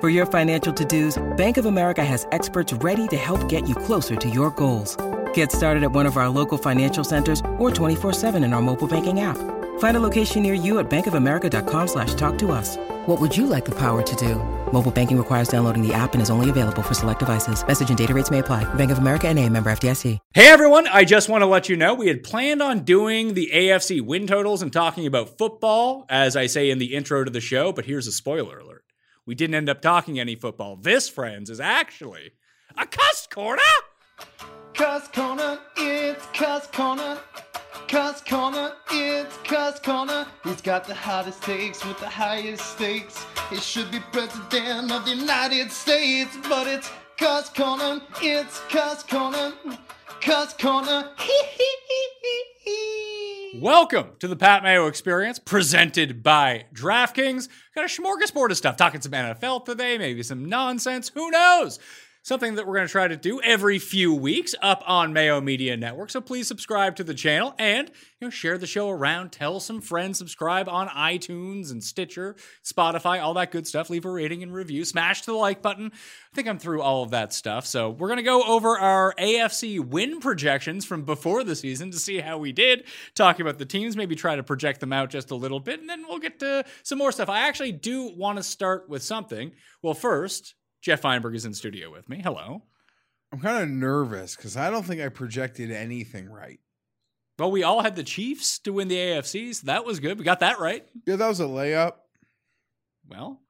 For your financial to dos, Bank of America has experts ready to help get you closer to your goals. Get started at one of our local financial centers or 24-7 in our mobile banking app. Find a location near you at bankofamerica.com slash talk to us. What would you like the power to do? Mobile banking requires downloading the app and is only available for select devices. Message and data rates may apply. Bank of America and a member FDIC. Hey everyone, I just want to let you know we had planned on doing the AFC win totals and talking about football, as I say in the intro to the show, but here's a spoiler alert. We didn't end up talking any football. This, friends, is actually a cuss corner! Cuss Corner, it's Cuss Corner. Cuss Corner, it's Cuss Corner. He's got the hottest takes with the highest stakes. He should be president of the United States, but it's Cuss Corner, it's Cuss Corner. Cuss Corner, hee hee hee hee hee. Welcome to the Pat Mayo Experience, presented by DraftKings. Got a smorgasbord of stuff, talking some NFL today, maybe some nonsense, who knows? Something that we're going to try to do every few weeks up on Mayo Media Network. So please subscribe to the channel and you know share the show around, tell some friends, subscribe on iTunes and Stitcher, Spotify, all that good stuff. Leave a rating and review, smash the like button. I think I'm through all of that stuff. So we're going to go over our AFC win projections from before the season to see how we did, talking about the teams, maybe try to project them out just a little bit, and then we'll get to some more stuff. I actually do want to start with something. Well, first, Jeff Feinberg is in studio with me. Hello. I'm kind of nervous because I don't think I projected anything right. Well, we all had the Chiefs to win the AFC, so that was good. We got that right. Yeah, that was a layup. Well,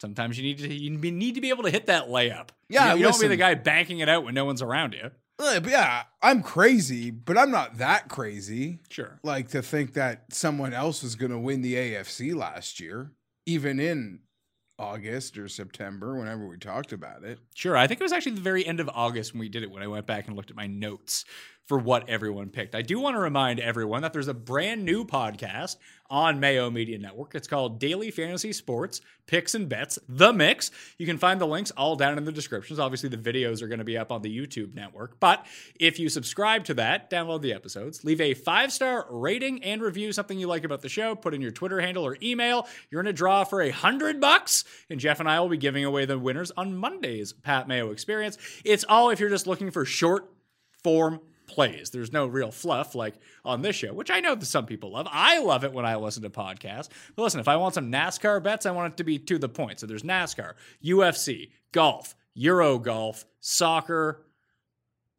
sometimes you need to you need to be able to hit that layup. Yeah, you, you don't be listen. the guy banking it out when no one's around you. Uh, but yeah, I'm crazy, but I'm not that crazy. Sure. Like to think that someone else was going to win the AFC last year, even in August or September, whenever we talked about it. Sure. I think it was actually the very end of August when we did it when I went back and looked at my notes for what everyone picked. I do want to remind everyone that there's a brand new podcast on Mayo Media Network. It's called Daily Fantasy Sports Picks and Bets The Mix. You can find the links all down in the descriptions. Obviously, the videos are going to be up on the YouTube network. But if you subscribe to that, download the episodes, leave a five star rating and review something you like about the show, put in your Twitter handle or email. You're in a draw for a hundred bucks, and Jeff and I will be giving away the winners on Monday's Pat Mayo Experience. It's all if you're just looking for short form plays. There's no real fluff like on this show, which I know that some people love. I love it when I listen to podcasts. But listen, if I want some NASCAR bets, I want it to be to the point. So there's NASCAR, UFC, golf, Euro golf, soccer,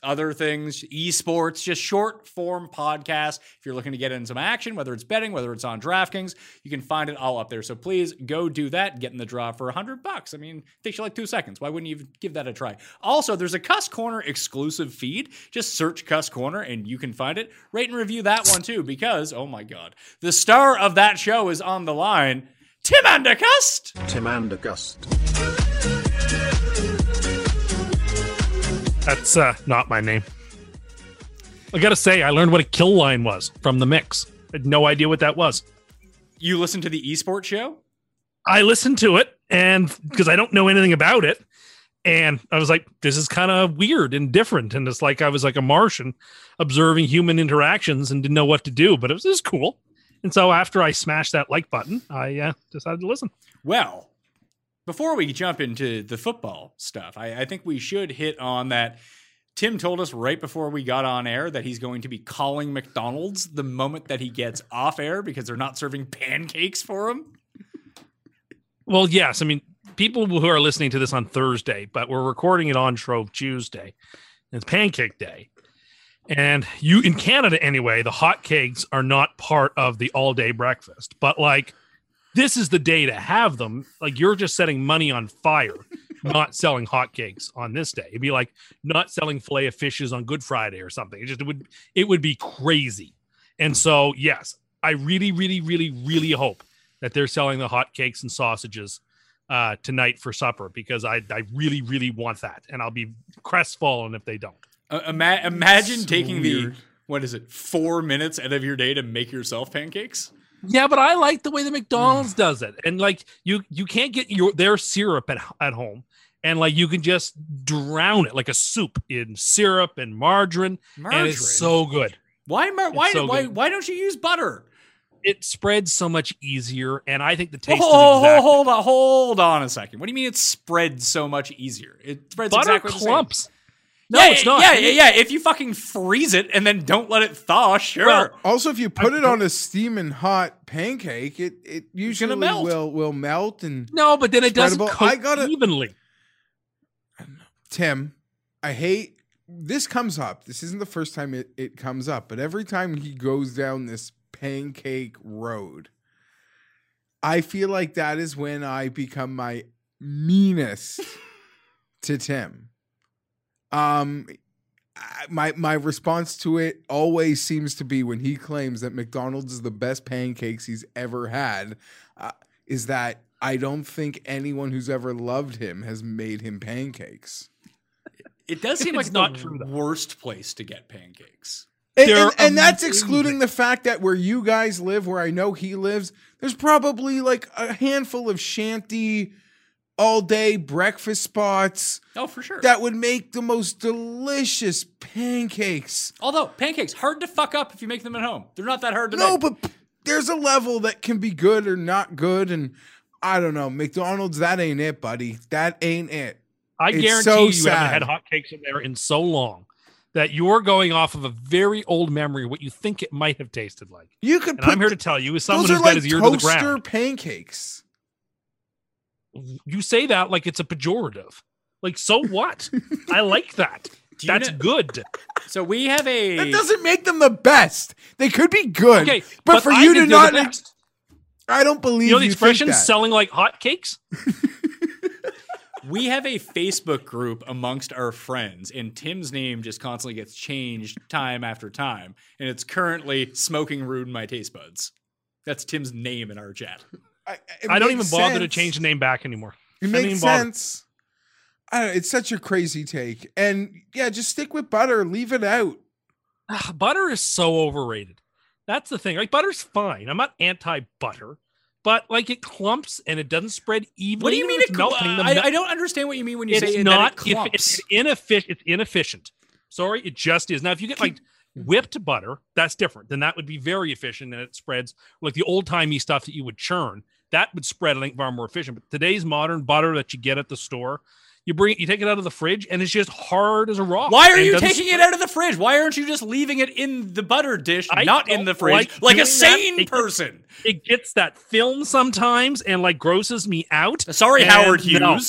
other things, esports, just short form podcasts. If you're looking to get in some action, whether it's betting, whether it's on DraftKings, you can find it all up there. So please go do that. Get in the draw for a hundred bucks. I mean, it takes you like two seconds. Why wouldn't you even give that a try? Also, there's a Cuss Corner exclusive feed. Just search Cuss Corner and you can find it. Rate and review that one too, because oh my god, the star of that show is on the line. Tim Undercust. Tim Andergust. That's uh, not my name. I gotta say, I learned what a kill line was from the mix. I had no idea what that was. You listen to the esports show? I listened to it, and because I don't know anything about it, and I was like, "This is kind of weird and different." And it's like I was like a Martian observing human interactions and didn't know what to do, but it was, it was cool. And so after I smashed that like button, I uh, decided to listen. Well, before we jump into the football stuff, I, I think we should hit on that. Tim told us right before we got on air that he's going to be calling McDonald's the moment that he gets off air because they're not serving pancakes for him. Well, yes. I mean, people who are listening to this on Thursday, but we're recording it on Shrove Tuesday. It's Pancake Day. And you, in Canada anyway, the hot cakes are not part of the all day breakfast, but like this is the day to have them. Like you're just setting money on fire, not selling hot cakes on this day. It'd be like not selling filet of fishes on Good Friday or something. It just would, it would be crazy. And so, yes, I really, really, really, really hope that they're selling the hot cakes and sausages uh, tonight for supper because I, I really, really want that. And I'll be crestfallen if they don't. Uh, ima- imagine So taking weird. the what is it four minutes out of your day to make yourself pancakes. Yeah, but I like the way the McDonald's does it. And like you you can't get your their syrup at, at home. And like you can just drown it like a soup in syrup and margarine. And it's so good. why mar- why so why good. why don't you use butter? It spreads so much easier. And I think the Oh, taste is exact. hold on, hold on a second. What do you mean it spreads so much easier? It spreads butter exactly the same. clumps. No, yeah, it's not. Yeah, yeah, yeah. If you fucking freeze it and then don't let it thaw, sure. Well, Also, if you put it on a steaming hot pancake, it it usually melt. will will melt. And No, but then it doesn't Spreadable. cook I gotta- evenly. Tim, I hate this comes up. This isn't the first time it, it comes up, but every time he goes down this pancake road, I feel like that is when I become my meanest to Tim. Um I- my my response to it always seems to be when he claims that McDonald's is the best pancakes he's ever had uh, is that I don't think anyone who's ever loved him has made him pancakes. it does seem It's like not the true, though. worst place to get pancakes. And, They're and, and that's amazing. excluding the fact that where you guys live, where I know he lives, there's probably like a handful of shanty all day breakfast spots Oh, for sure. that would make the most delicious pancakes. Although pancakes hard to fuck up if you make them at home. They're not that hard to No, make. but p- there's a level that can be good or not good. And I don't know, McDonald's, that ain't it, buddy. That ain't it. I It's guarantee so you sad. haven't had hotcakes in there in so long that you're going off of a very old memory what you think it might have tasted like. You could And put I'm here to tell you, as someone those are who's like got his ear to the toaster ground, pancakes. you say that like it's a pejorative. Like, so what? I like that. Do you That's know- good. so we have a That doesn't make them the best. They could be good, Okay, but, for I you think to they're not, the best. I don't believe you know the think expression that. "selling like hotcakes." we have a Facebook group amongst our friends, and Tim's name just constantly gets changed time after time. And it's currently smoking rude my taste buds. That's Tim's name in our chat. I, it I don't even makes bother to sense. change the name back anymore. It I don't makes even bother. sense. I don't know, it's such a crazy take, and yeah, just stick with butter. Leave it out. Ugh, butter is so overrated. That's the thing. Like butter's fine. I'm not anti butter, but like it clumps and it doesn't spread evenly. What do you mean It's it cl- melting. The I, mel- I don't understand what you mean when you it's say not. that it eff- clumps. it's inefficient. It's inefficient. Sorry, it just is. Now, if you get like whipped butter, that's different. Then that would be very efficient, and it spreads like the old timey stuff that you would churn. That would spread, I think, far more efficient. But today's modern butter that you get at the store, you bring it, you take it out of the fridge, and it's just hard as a rock. Why are and you doesn't taking it out of the fridge? Why aren't you just leaving it in the butter dish, I not in don't the fridge, like, like doing a that. sane It- person? it gets that film sometimes and like grosses me out. Sorry, And Howard Hughes. no.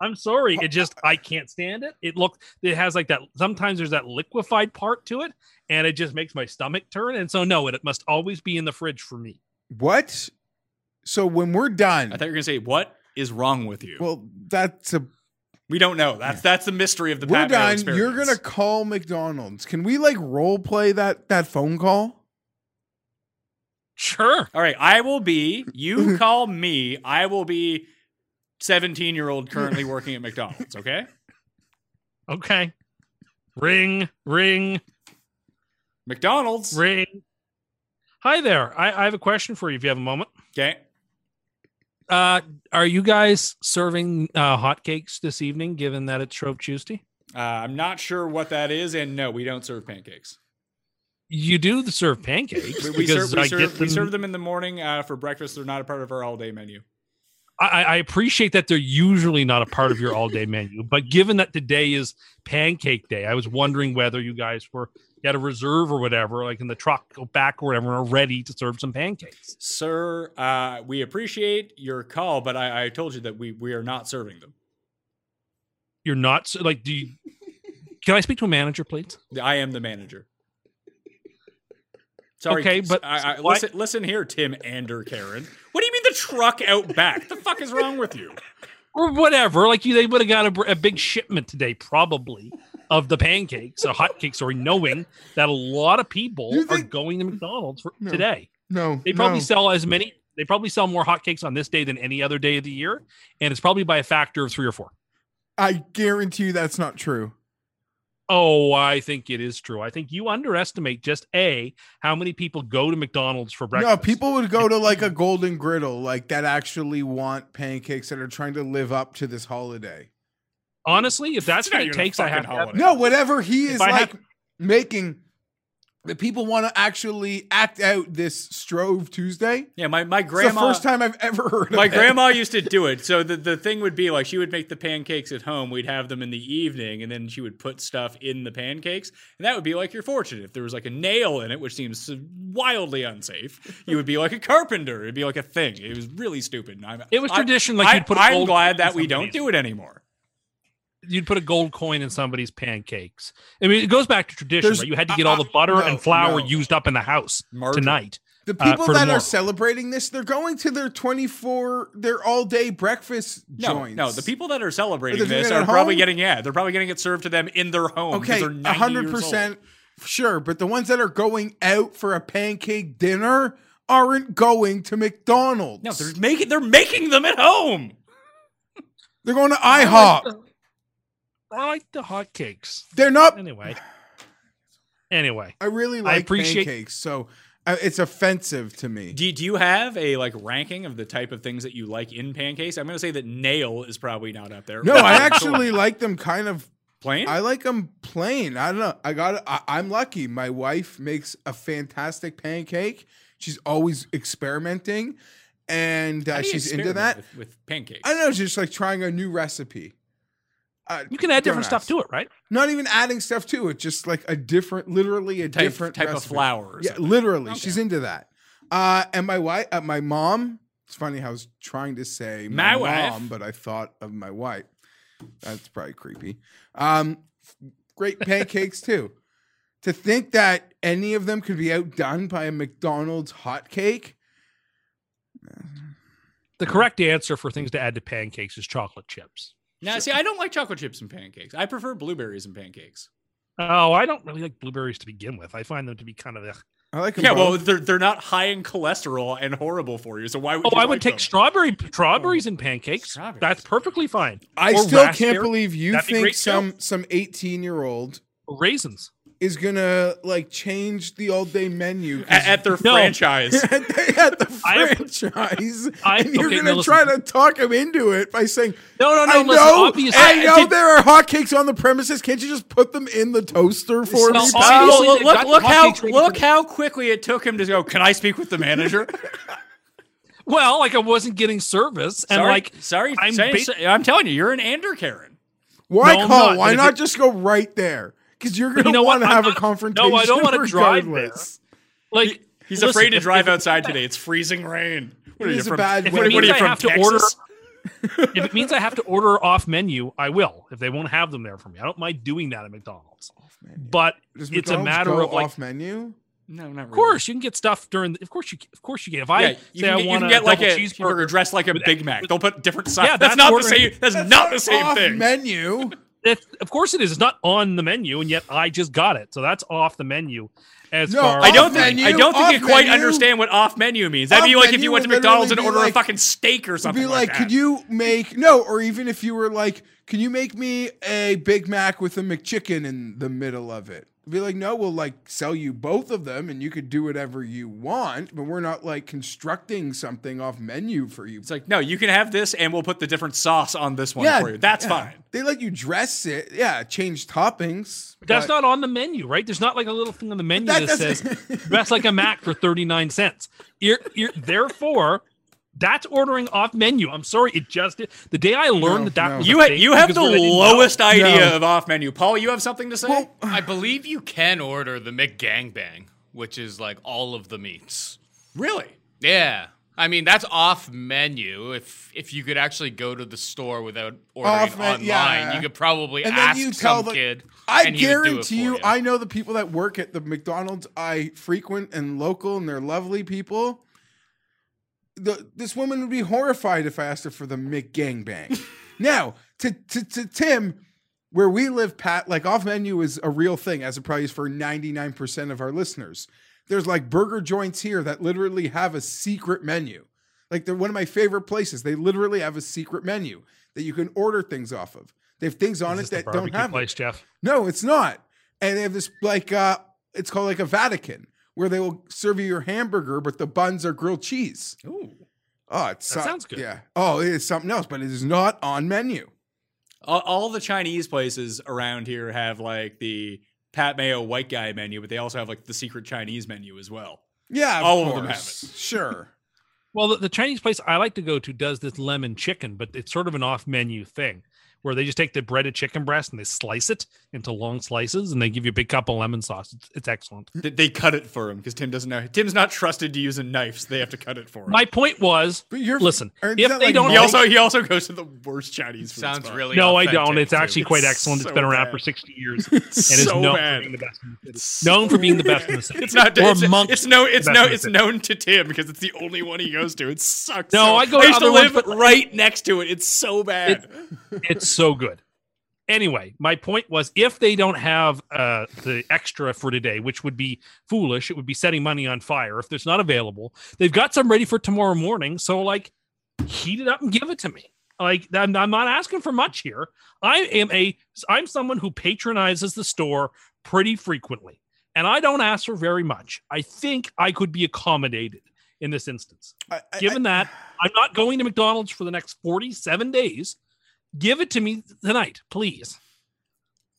I'm sorry. It just I can't stand it. It look it has like that sometimes there's that liquefied part to it and it just makes my stomach turn and so no, it, it must always be in the fridge for me. What? So when we're done, I thought you were gonna say what is wrong with you. well, that's a we don't know. That's that's the mystery of the. we're Pat Mayo done. You're experience. gonna call McDonald's. Can we like role play that that phone call? Sure. All right, I will be. You call me. I will be. Seventeen-year-old currently working at McDonald's. Okay, Okay. Ring, ring, McDonald's. ring. Hi there. I, I have a question for you if you have a moment. Okay, Uh are you guys serving uh hotcakes this evening given that it's Shrove Tuesday? uh, I'm not sure what that is, and no, we don't serve pancakes. you do the serve pancakes We, we because serve, we, I serve, get them. we serve them in the morning uh, for breakfast. They're not a part of our all day menu. I, I I appreciate that they're usually not a part of your all day menu, but given that today is pancake day, I was wondering whether you guys were you had a reserve or whatever, like in the truck, go back or whatever, and are ready to serve some pancakes. Sir, uh, we appreciate your call, but I, I told you that we, we are not serving them. You're not s- like, do you? Can I speak to a manager, please? I am the manager. Sorry, Okay, s- but I, I, why- listen, listen here, Tim and or Karen. What do you mean the truck out back? the fuck is wrong with you? or whatever. Like you, they would have got a, br- a big shipment today, probably of the pancakes, or hotcakes, or knowing that a lot of people You are think- going to McDonald's for No. today. No, They probably no. sell as many. They probably sell more hotcakes on this day than any other day of the year, and it's probably by a factor of three or four. I guarantee you that's not true. Oh, I think it is true. I think you underestimate just a how many people go to McDonald's for breakfast. No, people would go to like a Golden Griddle, like that actually want pancakes that are trying to live up to this holiday. honestly, if that's It's not what it even a takes, I fucking have to have holiday. No, whatever he If is I like had- making that people want to actually act out this Strove Tuesday. Yeah, my, my grandma. it's the first time I've ever heard my of it. grandma used to do it. So the, the thing would be like she would make the pancakes at home. We'd have them in the evening, and then she would put stuff in the pancakes, and that would be like your fortune. If there was like a nail in it, which seems wildly unsafe, you would be like a carpenter. It'd be like a thing. It was really stupid. And I'm, It was I- tradition, like I, you'd put a I'm gold glad in that we don't somebody's- do it anymore. you'd put a gold coin in somebody's pancakes. I mean, it goes back to tradition. There's- right? You had to get uh, all the butter no, and flour no. used up in the house Margarine. tonight. The uh, people for that tomorrow. are celebrating this, they're going to their 24, their all day breakfast No, joints. no. The people that are celebrating They're doing this it at are probably home? getting yeah, they're probably getting it served to them in their home. Okay, a 100% sure, but the ones that are going out for a pancake dinner aren't going to McDonald's. No, they're making they're making them at home. They're going to IHOP. I like the hotcakes. They're not. Anyway. Anyway. I really like appreciate- pancakes, so uh, it's offensive to me. Do, do you have a like ranking of the type of things that you like in pancakes? I'm gonna say that nail is probably not up there. No, I actually like them kind of. plain. I like them plain. I don't know. I got. I, I'm lucky. My wife makes a fantastic pancake. She's always experimenting, and How uh, do you she's into experiment that. with, with pancakes. I don't know. Just like trying a new recipe. Uh, You can add different Don't ask. stuff to it, right? not even adding stuff to it. Just like a different, literally a type, different type of recipe. flour. Or Yeah, something. literally, Okay. she's into that. Uh, and my wife, uh, my mom. It's funny how I was trying to say My my, wife. mom, but I thought of my wife. That's probably creepy. Um, great pancakes too. To think that any of them could be outdone by a McDonald's hotcake. The correct answer for things to add to pancakes is chocolate chips. Now, see, I don't like chocolate chips and pancakes. I prefer blueberries and pancakes. Oh, I don't really like blueberries to begin with. I find them to be kind of. Ugh. I like. 'em Yeah, well, both. they're they're not high in cholesterol and horrible for you. So why would Oh, you I would like take them? strawberry strawberries and pancakes. Strawberries. That's perfectly fine. I or still raspberry- can't believe you That'd be think great too. some some eighteen year old Raisins. is gonna like change the all day menu 'cause at, at their No. franchise. at the, at the I have- franchise, I- and you're okay, gonna no, listen. try to talk him into it by saying, No, no, no. "I listen, know, obviously, I know did- there are hotcakes on the premises. Can't you just put them in the toaster for Well, me?" obviously, pal?" Oh, look, they've look, got look how hotcakes ready look for- how quickly it took him to go. Can I speak with the manager? Well, like I wasn't getting service, and sorry, like sorry, I'm I'm, saying, ba- I'm telling you, you're an Ander Karen. Why No, I'm call? not, but Why if not it- just go right there? Because you're gonna you know what? want to I'm have not- a confrontation. no, I don't wanna drive there. regardless. like He's listen, afraid to if- drive if- outside today. It's freezing rain. What It are you is a from? bad what, weather. are It you means I from have to Texas? order. if it means I have to order off menu, I will. If they won't have them there for me, I don't mind doing that at McDonald's. But Does it's a McDonald's matter go of like, off of menu. No, not really. course you can get stuff during. The, of course you, can- of course you can. If I Yeah, say you, can I get, you want can a get like a double cheeseburger dressed like a Big Mac. They'll put different sides. Yeah, that's, that's not the ordering- same. That's, not the same off thing. menu. It, of course it is. It's not on the menu, and yet I just got it, so that's off the menu. As No, far I I don't Off think menu, I don't off think you quite menu. understand what off menu means. That'd Off be like if menu you went to would McDonald's and literally be ordered a like- fucking steak or It'd something be like, that. could you make no? Or even if you were like, can you make me a Big Mac with a McChicken in the middle of it? Be like, no, we'll like sell you both of them and you could do whatever you want, but we're not like constructing something off menu for you. It's like, no, you can have this and we'll put the different sauce on this one for you. That's yeah. fine. They let you dress it. Yeah, change toppings. That's but- not on the menu, right? There's not like a little thing on the menu that that, says doesn't- that's like a Mac for 39 cents. You're, you're, therefore, that's ordering off menu. I'm sorry, it just the day I learned No, that that no. was a You, ha- thing you have because the I didn't know. lowest idea No. of off menu. Paul, you have something to say? Well, I believe you can order the McGangbang, which is like all of the meats. really? Yeah. I mean that's off menu. If if you could actually go to the store without ordering Off men- online, yeah. you could probably and ask then you tell some the kid. I and he would do it guarantee for you, I know the people that work at the McDonald's I frequent and local, and they're lovely people. The, this woman would be horrified if I asked her for the McGangbang. now, to, to to Tim, where we live, Pat, like off menu is a real thing, as it probably is for ninety nine percent of our listeners. There's like burger joints here that literally have a secret menu. Like they're one of my favorite places. They literally have a secret menu that you can order things off of. They have things on This it is the that don't barbecue have it. place, Jeff. No, it's not. And they have this like uh it's called like a Vatican where they will serve you your hamburger, but the buns are grilled cheese. Ooh. Oh, it's That sounds good. Yeah. Oh, it is something else, but it is not on menu. All, all the Chinese places around here have like the Pat Mayo white guy menu, but they also have like the secret Chinese menu as well. Yeah, of All of them have course. Sure. Well, the, the Chinese place I like to go to does this lemon chicken, but it's sort of an off menu thing where they just take the breaded chicken breast and they slice it into long slices and they give you a big cup of lemon sauce. It's, it's excellent. Mm-hmm. They, they cut it for him because Tim doesn't know. Tim's not trusted to using knives. They have to cut it for him. My point was But you're Listen, aren't if that they don't he Mike? also he also goes to the worst Chinese food Sounds spot. really no, I authentic, don't. It's too. actually quite excellent. so it's been around bad. for 60 years and is so known bad. for being the best in the city. It's known for being the best in the city. It's not. Or It's, Monk's it's no. It's best no. in the It's city. known to Tim because it's the only one he goes to. It sucks. No, so- I go I to used to other ones, live but- right next to it. It's so bad. it's so good. Anyway, my point was if they don't have uh, the extra for today, which would be foolish, it would be setting money on fire if there's not available. They've got some ready for tomorrow morning. So, like, heat it up and give it to me. Like, I'm, I'm not asking for much here. I am a, I'm someone who patronizes the store pretty frequently, and I don't ask for very much. I think I could be accommodated in this instance I- I- given I- that I'm not going to McDonald's for the next 47 days, give it to me tonight, please.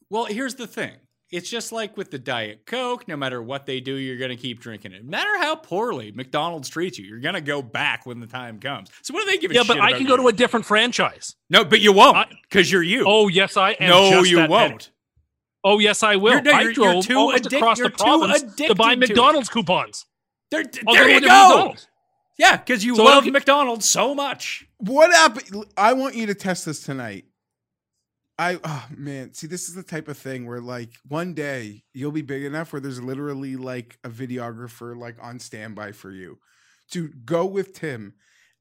Well, here's the thing. It's just like with the Diet Coke, no matter what they do, you're going to keep drinking it. No matter how poorly McDonald's treats you, you're going to go back when the time comes. So what do they give a yeah, shit but I about can go you? to a different franchise. No, but you won't I- because you're you. Oh, yes, I am. no, just you that petty. won't. Oh, yes, I will. You're- no, I you're- you're drove too almost addic- across you're the too province to buy addicted to it. McDonald's coupons. There, I'll there go you into go. McDonald's. Yeah, because you So I don't love get- McDonald's so much. What happened? I want you to test this tonight. I oh man, see this is the type of thing where like one day you'll be big enough where there's literally like a videographer like on standby for you to go with Tim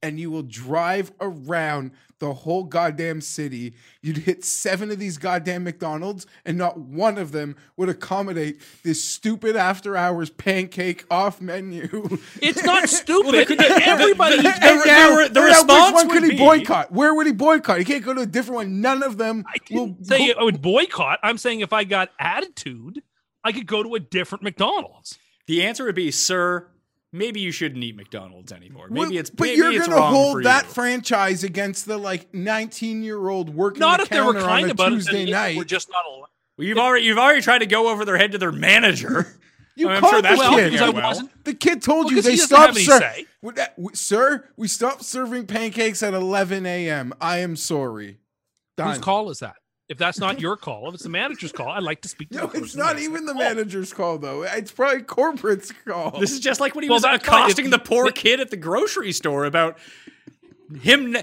and you will drive around the whole goddamn city. You'd hit 7 of these goddamn McDonald's and not one of them would accommodate this stupid after hours pancake off menu. It's not stupid. Everybody the- eats the- And now, the- the now response which one would could he be- boycott? Where would he boycott? He can't go to a different one. None of them. I will- didn't say will- I would boycott. I'm saying if I got attitude, I could go to a different McDonald's. The answer would be, sir, maybe you shouldn't eat McDonald's anymore. Maybe Well, it's but maybe you're it's gonna wrong hold for that you. franchise against the like 19 year old working Not the if they were counter kind on a about Tuesday it. and night. We're just not allowed. Well, you've already you've already tried to go over their head to their manager. you I'm caught sure that's the not kid. Well, gonna because I well. wasn't The kid told Well, you 'cause they he doesn't stopped have any sir. say. Would that- w- sir, we stopped serving pancakes at 11 a.m. I am sorry. Whose Done. call is that? If that's not your call, if it's the manager's call, I'd like to speak to No, the it's person not that's- even the manager's call though. It's probably corporate's call. This is just like when he Well, was that's why accosting it- the poor kid at the grocery store about him. ne-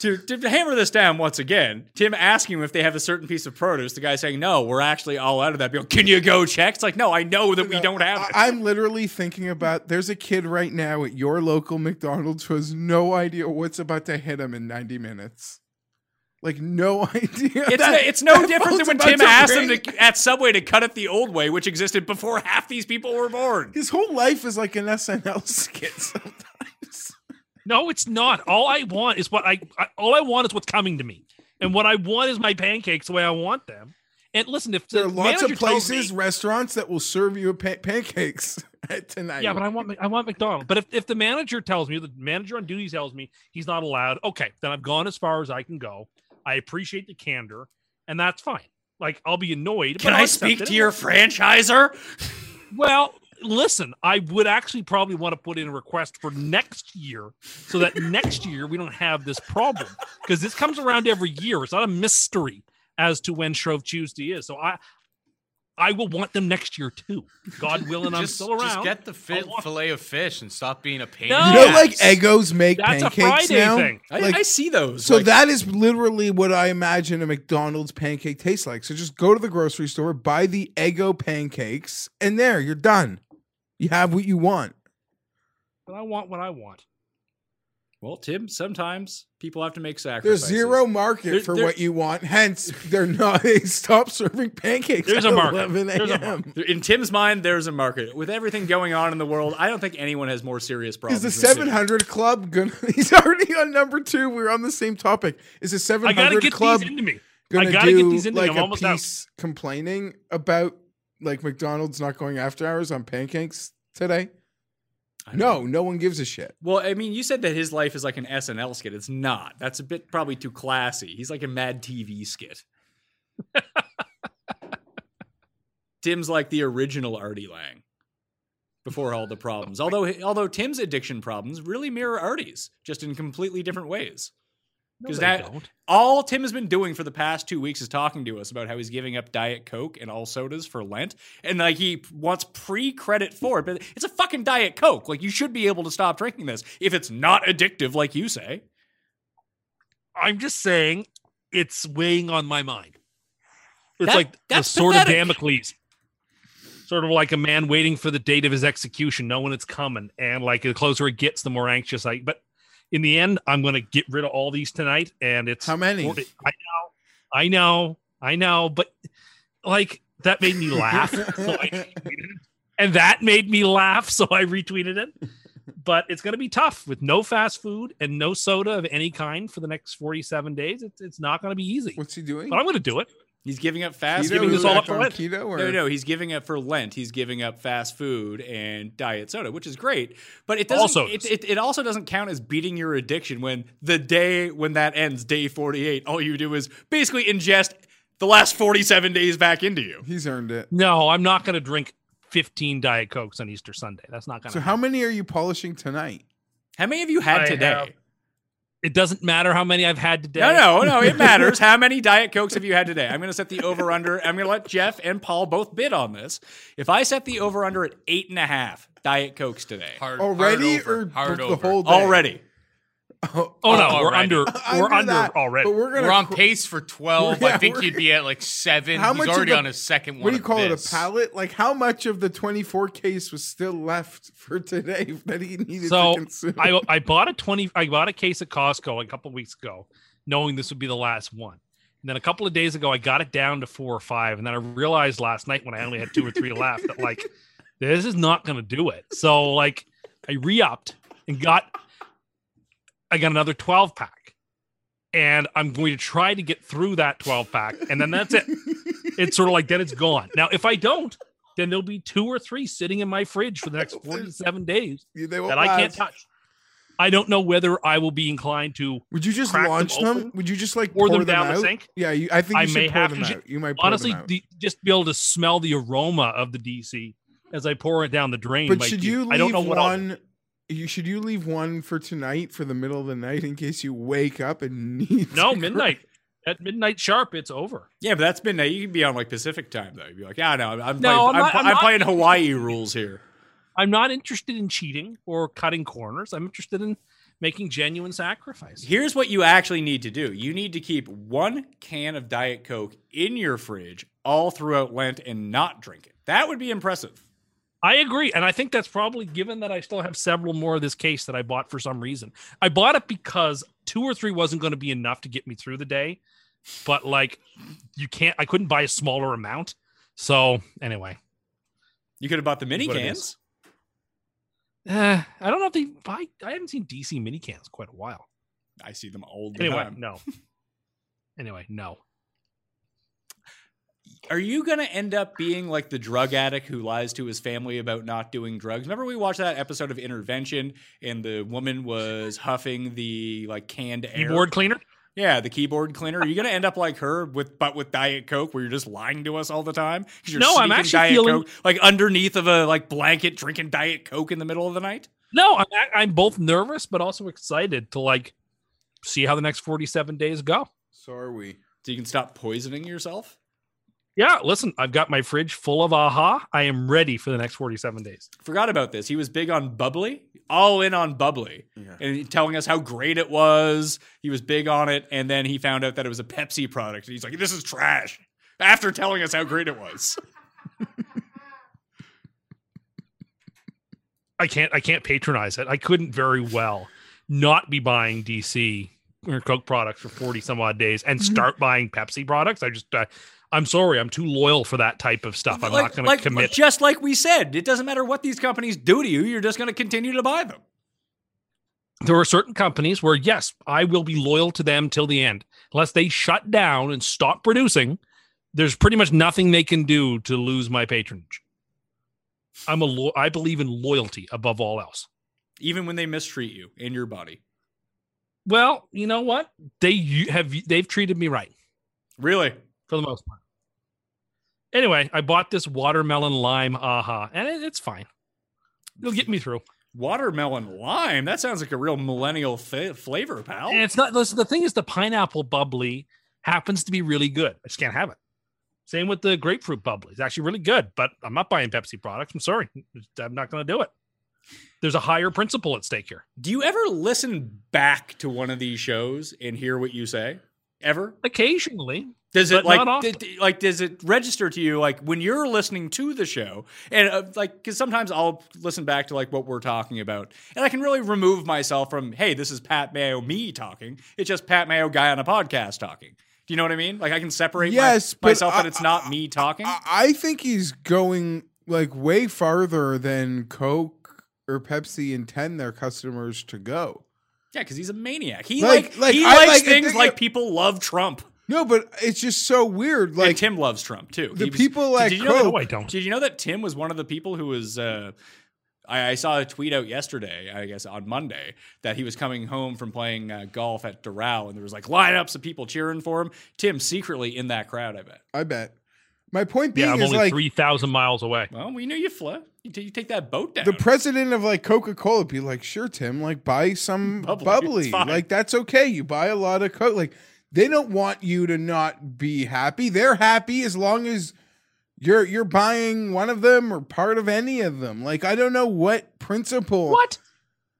to, to hammer this down once again, Tim asking him if they have a certain piece of produce. The guy saying, "No, we're actually all out of that." Be like, Can you go check? It's like, no, I know that we don't have it. I, am literally thinking about there's a kid right now at your local McDonald's who has no idea what's about to hit him in 90 minutes. Like no idea. it's, That- no, it's no that different than phone's when about Tim to asked ring. him to, at Subway to cut it the old way, which existed before half these people were born. His whole life is like an SNL skit sometimes. No, it's not. All I want is what I, I all I want is what's coming to me, and what I want is my pancakes the way I want them, And listen, if There the are lots of manager tells me- places, restaurants that will serve you pa- pancakes at tonight. yeah, but I want Mc- I want McDonald's. But if, if the manager tells me, the manager on duty tells me he's not allowed, okay, then I've gone as far as I can go. I appreciate the candor, and that's fine. Like I'll be annoyed. Can but I'll I accept speak it to your franchiser? Well, listen, I would actually probably want to put in a request for next year so that next year we don't have this problem because this comes around every year. It's not a mystery as to when Shrove Tuesday is. So I I will want them next year too. God willing, I'm just, still around. just get the fi- I'll walk- fillet of fish and stop being a pain. No. you know, like Eggos make That's a pancakes Friday now. thing. I, Like- I see those. So like, that is literally what I imagine a McDonald's pancake tastes like. So just go to the grocery store, buy the Eggo pancakes, and there you're done. You have what you want. But I want what I want. well, Tim. Sometimes people have to make There's sacrifices. zero market There- for there- what you want. Hence, they're not. They stop serving pancakes. There's at a market. 11 There's a a.m. market. There- In Tim's mind, there's a market. With everything going on in the world, I don't think anyone has more serious Is problems. the than Tim. 700 Club gonna? He's already on number two. We're on the same topic. Is the I 700 gotta get Club these into me. gonna I gotta do get these into me. like I'm a almost out. piece complaining about like McDonald's not going after hours on pancakes today? I don't No, no one gives a shit. Well, I mean, you said that his life is like an SNL skit. It's not. That's a bit probably too classy. He's like a Mad TV skit. Tim's like the original Artie Lang before all the problems. Although, although Tim's addiction problems really mirror Artie's, just in completely different ways. No, 'Cause they that- don't. All Tim has been doing for the past two weeks is talking to us about how he's giving up Diet Coke and all sodas for Lent, and like he wants pre credit for it. But it's a fucking Diet Coke. Like you should be able to stop drinking this if it's not addictive, like you say. I'm just saying it's weighing on my mind. It's That- like the that's sword pathetic. of Damocles. Sort of like a man waiting for the date of his execution, knowing it's coming. And like the closer it gets, the more anxious I but in the end, I'm gonna get rid of all these tonight. And it's How many? I know, I know, I know, but like that made me laugh. so I retweeted it. and that made me laugh, so I retweeted it. But it's going to be tough with no fast food and no soda of any kind for the next 47 days. It's, it's not going to be easy. What's he doing? But I'm going to do it. He's giving up fast. Keto? giving Is this all he up for on Lent. keto or No, no, he's giving up for Lent. He's giving up fast food and diet soda, which is great. But it doesn't. Also- it, it, it also doesn't count as beating your addiction when the day when that ends, day forty-eight, all you do is basically ingest the last forty-seven days back into you. He's earned it. No, I'm not going to drink 15 Diet Cokes on Easter Sunday. That's not going to So how many are you polishing tonight? How many have you had I today? have- It doesn't matter how many I've had today. No, no, no. It matters. How many Diet Cokes have you had today? I'm going to set the over under. I'm going to let Jeff and Paul both bid on this. If I set the over under at eight and a half Diet Cokes today, Hard, Already hard over, or hard the over. whole day? already, Oh, no. We're Already. under. We're under that, already. But we're gonna We're on cr- pace for twelve. Yeah, I think we're- you'd be at like seven. How He's much of already the- on his second one. What do you of call this. it? A pallet? Like how much of the 24 case was still left for today that he needed So, to consume? I I bought a twenty. I bought a case at Costco a couple weeks ago, knowing this would be the last one. And then a couple of days ago, I got it down to four or five, and then I realized last night when I only had two or three left that like this is not going to do it. So like I re-upped and got I got another twelve pack, and I'm going to try to get through that twelve pack, and then that's it. It's sort of like then it's gone. Now if I don't. Then there'll be two or three sitting in my fridge for the next 47 days they won't that I can't last. touch. I don't know whether I will be inclined to. Would you just crack them launch them? open, Would you just like pour pour them down out? the sink? Yeah, you, I think you I should may pour have them to ju- out. You might pour Honestly, them out. the, just be able to smell the aroma of the DC as I pour it down the drain. but might should be- you leave I don't know what I'll do. one? You should you leave one for tonight for the middle of the night in case you wake up and need No, to cr- midnight. At midnight sharp, it's over. yeah, but that's midnight. You can be on like Pacific time though. You'd be like, yeah, no, I'm, I'm, No, playing, I'm I'm, not- pl- I'm I'm not- playing Hawaii rules here. I'm not interested in cheating or cutting corners. I'm interested in making genuine sacrifice. Here's what you actually need to do. You need to keep one can of Diet Coke in your fridge all throughout Lent and not drink it. That would be impressive. I agree. And I think that's probably given that I still have several more of this case that I bought for some reason. I bought it because two or three wasn't going to be enough to get me through the day. But like, you can't, I couldn't buy a smaller amount. So anyway, You could have bought the mini What it cans. is. eh, I don't know if they buy, I haven't seen DC mini cans in quite a while. I see them all the Anyway, time. no. Anyway, no. Are you going to end up being like the drug addict who lies to his family about not doing drugs? Remember we watched that episode of Intervention and the woman was huffing the like canned air. Keyboard cleaner. Yeah, the keyboard cleaner. Are you going to end up like her with but with Diet Coke where you're just lying to us all the time? 'Cause you're No, I'm sneaking actually Diet feeling- Coke, like underneath of a like blanket drinking Diet Coke in the middle of the night? No, I'm ac- I'm both nervous but also excited to like see how the next 47 days go. So are we. So you can stop poisoning yourself? Yeah, listen, I've got my fridge full of aha. I am ready for the next 47 days. Forgot about this. He was big on bubbly, all in on bubbly, Yeah. and telling us how great it was. He was big on it, and then he found out that it was a Pepsi product, and he's like, "This is trash." After telling us how great it was, I can't I can't patronize it. I couldn't very well not be buying DC or Coke products for 40 some odd days and Mm-hmm. start buying Pepsi products. I just uh, I'm sorry, I'm too loyal for that type of stuff. I'm like, not going like- to commit. Just like we said, it doesn't matter what these companies do to you; you're just going to continue to buy them. there are certain companies where yes, I will be loyal to them till the end. Unless they shut down and stop producing, there's pretty much nothing they can do to lose my patronage. I'm a lo- I believe in loyalty above all else. Even when they mistreat you and your body, Well, you know what? They u- have they've treated me right. really. for the most part. Anyway, I bought this watermelon lime aha, and it, it's fine. It'll get me through. Watermelon lime. That sounds like a real millennial fa- flavor, Oh. pal. And it's not. Listen, the thing is, the pineapple bubbly happens to be really good. I just can't have it. Same with the grapefruit bubbly. It's actually really good, but I'm not buying Pepsi products. I'm sorry, I'm not going to do it. There's a higher principle at stake here. Do you ever listen back to one of these shows and hear what you say? Ever? Occasionally, Does it But like not often. d- d- like does it register to you like when you're listening to the show and uh, like because sometimes I'll listen back to like what we're talking about and I can really remove myself from hey this is Pat Mayo me talking it's just Pat Mayo guy on a podcast talking do you know what I mean like I can separate my- Yes, but myself that I- it's not me talking I, I think he's going like way farther than Coke or Pepsi intend their customers to go. yeah because he's a maniac he like, Like- like, he I likes like- I things think- like people love Trump No, but it's just so weird. like Like Tim loves Trump too the He was- people like did you know that Coke. no, I don't. Did you know that Tim was one of the people who was? Uh, I, I saw a tweet out yesterday, I guess on Monday, that he was coming home from playing uh, golf at Doral, and there was like lineups of people cheering for him. Tim secretly in that crowd, I bet. I bet. My point being yeah, I'm is only like three thousand miles away. Well, we knew you flew. You, t- you take that boat down. the president of like Coca Cola be like, sure, Tim, like buy some Bubbly, bubbly. it's fine." Like that's okay. You buy a lot of Coke. Like they don't want you to not be happy. They're happy as long as you're you're buying one of them or part of any of them. Like I don't know what principle. What?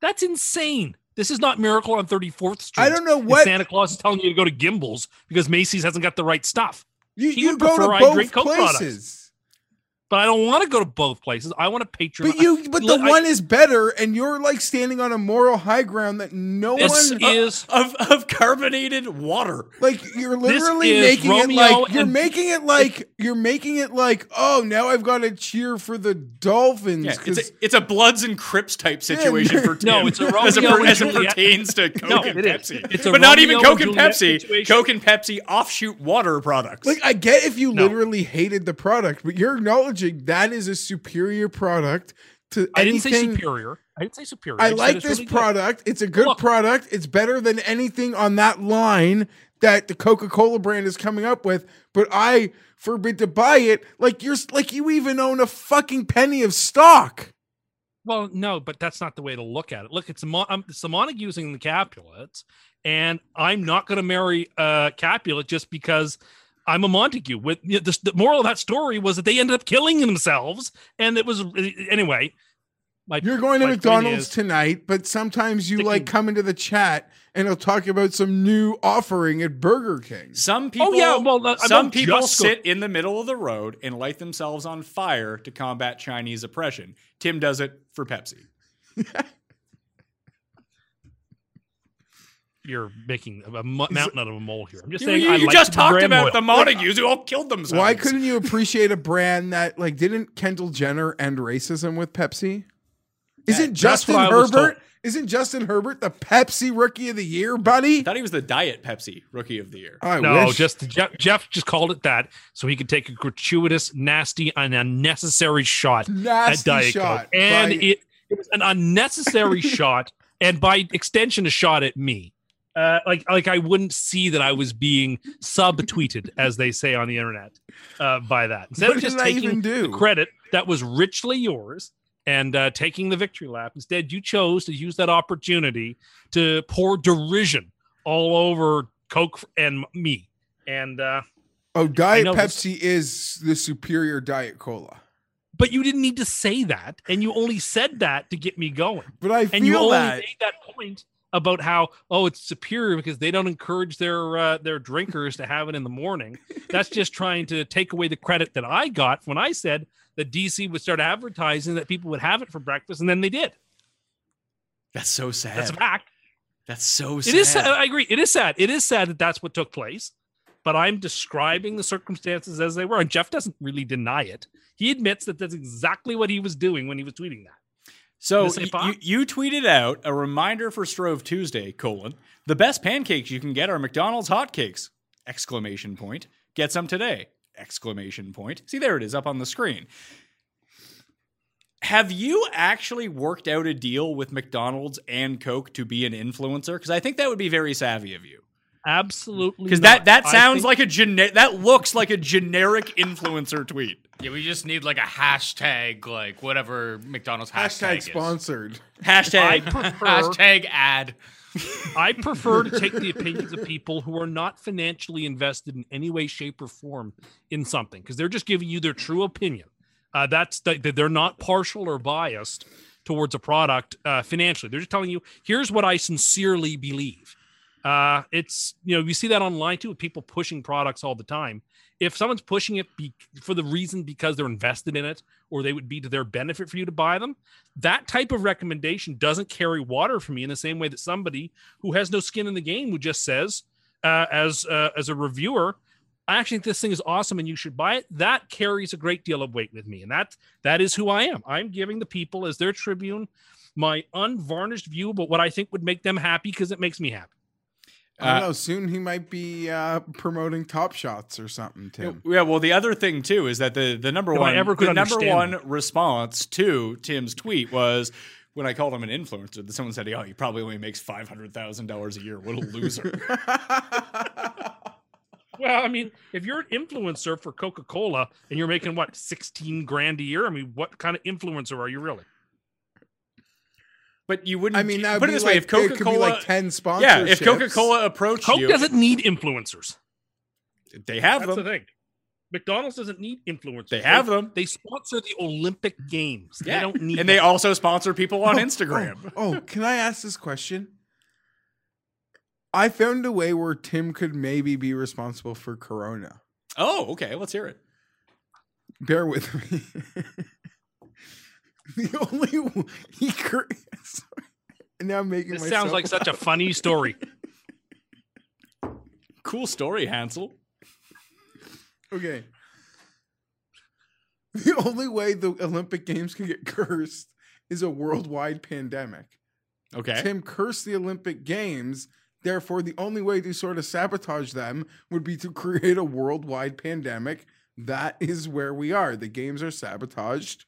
That's insane. This is not Miracle on 34th Street. I don't know and what- Santa Claus is telling you to go to Gimbals because Macy's hasn't got the right stuff. you, He you would go to prefer I both drink Coke places. products. But I don't want to go to both places. I want to patronize. But you, but the Look, I- one is better, and you're like standing on a moral high ground that no This one is of of carbonated water. Like you're literally is making Romeo it like you're and- making it like you're making it like oh now I've got to cheer for the Dolphins Yeah, it's a, 'cause- it's a Bloods and Crips type situation for Tim. No, it's a as, it Romeo per- and as it Juliet. pertains to Coke No, and it is. Pepsi. It's a but not even Romeo Coke and and Juliet Pepsi. situation. Coke and Pepsi offshoot water products. like I get if you No. literally hated the product, but you're acknowledging that is a superior product to I didn't anything. say superior. I didn't say superior. I just said like it's this really good. product. It's a good Look. product. It's better than anything on that line that the Coca-Cola brand is coming up with, but I forbid to buy it. Like you're s- like you even own a fucking penny of stock. Well, no, but that's not the way to look at it. Look, it's Mo- um, it's the Montagues and the Capulets, and I'm not going to marry uh, Capulet just because I'm a Montague. With you know, the, the moral of that story was that they ended up killing themselves, and it was anyway. My You're going to my point McDonald's is- tonight, but sometimes you Sticking- like come into the chat and it'll talk about some new offering at Burger King. Some people, yeah, well, uh, I some don't people just go- sit in the middle of the road and light themselves on fire to combat Chinese oppression. Tim does it for Pepsi. you're making a mo- mountain out of a mole here. I'm just You, saying. you- I you like just the talked Graham about oil. the Montagues who all killed themselves. Why couldn't you appreciate a brand that like didn't Kendall Jenner end racism with Pepsi? Isn't that's what Justin I was Herbert? told. Isn't Justin Herbert the Pepsi Rookie of the Year, buddy? I thought he was the Diet Pepsi Rookie of the Year. I no, wish. just Jeff, Jeff just called it that so he could take a gratuitous, nasty, and unnecessary shot at nasty Diet shot. Coke, and by- it, it was an unnecessary shot, and by extension, a shot at me. Uh, like, like I wouldn't see that I was being subtweeted, as they say on the internet, uh, by that. Instead What of just did I taking even do? the credit that was richly yours and uh, taking the victory lap. Instead, you chose to use that opportunity to pour derision all over Coke and me. And uh, oh, Diet know this- Pepsi is the superior Diet Cola. but you didn't need to say that, and you only said that to get me going. But I And you feel only that. made that point about how oh it's superior because they don't encourage their uh, their drinkers to have it in the morning. That's just trying to take away the credit that I got when I said that DC would start advertising that people would have it for breakfast, and then they did. That's so sad. That's That's, a fact. so sad. It is sad. I agree. It is sad. It is sad that that's what took place. But I'm describing the circumstances as they were, and Jeff doesn't really deny it. He admits that that's exactly what he was doing when he was tweeting that. So Miss y- Appa? you, you tweeted out a reminder for Strove Tuesday, colon. The best pancakes you can get are McDonald's hotcakes. Exclamation point. Get some today. Exclamation point. See, there it is up on the screen. Have you actually worked out a deal with McDonald's and Coke to be an influencer? Because I think that would be very savvy of you. Absolutely, Because that, not. that I sounds think- like a generic, that looks like a generic influencer tweet. Yeah, we just need like a hashtag, like whatever McDonald's hashtag, Hashtag is. sponsored. I Hashtag prefer Hashtag ad. I prefer to take the opinions of people who are not financially invested in any way, shape, or form in something because they're just giving you their true opinion. Uh, that's the, that they're not partial or biased towards a product uh, financially. They're just telling you, here's what I sincerely believe. Uh, it's you know you see that online too with people pushing products all the time. If someone's pushing it be- for the reason because they're invested in it or they would be to their benefit for you to buy them, that type of recommendation doesn't carry water for me in the same way that somebody who has no skin in the game who just says uh, as uh, as a reviewer i actually think this thing is awesome and you should buy it that carries a great deal of weight with me and that that is who i am i'm giving the people as their tribune my unvarnished view but what i think would make them happy because it makes me happy I Uh, don't know. Soon he might be uh, promoting Top Shots or something, Tim. Yeah, well, the other thing too is that the the number If I one ever could the number understand one that. response to Tim's tweet was when I called him an influencer. That someone said, "Oh, he probably only makes five hundred thousand dollars a year. What a loser!" well i mean if you're an influencer for coca-cola and you're making what 16 grand a year i mean what kind of influencer are you really but you wouldn't. I mean, that would put be it this like, way: if Coca it could be Cola, like 10 sponsors. yeah, if Coca Cola approached coke you, doesn't need influencers they have That's the them. thing. McDonald's doesn't need influencers. They have them. They sponsor the Olympic Games. Yeah, They don't need. and they them. also sponsor people on Instagram. Oh, oh, can I ask this question? I found a way where Tim could maybe be responsible for Corona. Oh, okay, let's hear it. Bear with me. the only w- he cur- sorry. now I'm making This myself sounds like such a funny story. Cool story, Hansel. okay. The only way the Olympic Games could get cursed is a worldwide pandemic. Okay, Tim cursed the Olympic Games. Therefore, the only way to sort of sabotage them would be to create a worldwide pandemic. That is where we are. The games are sabotaged.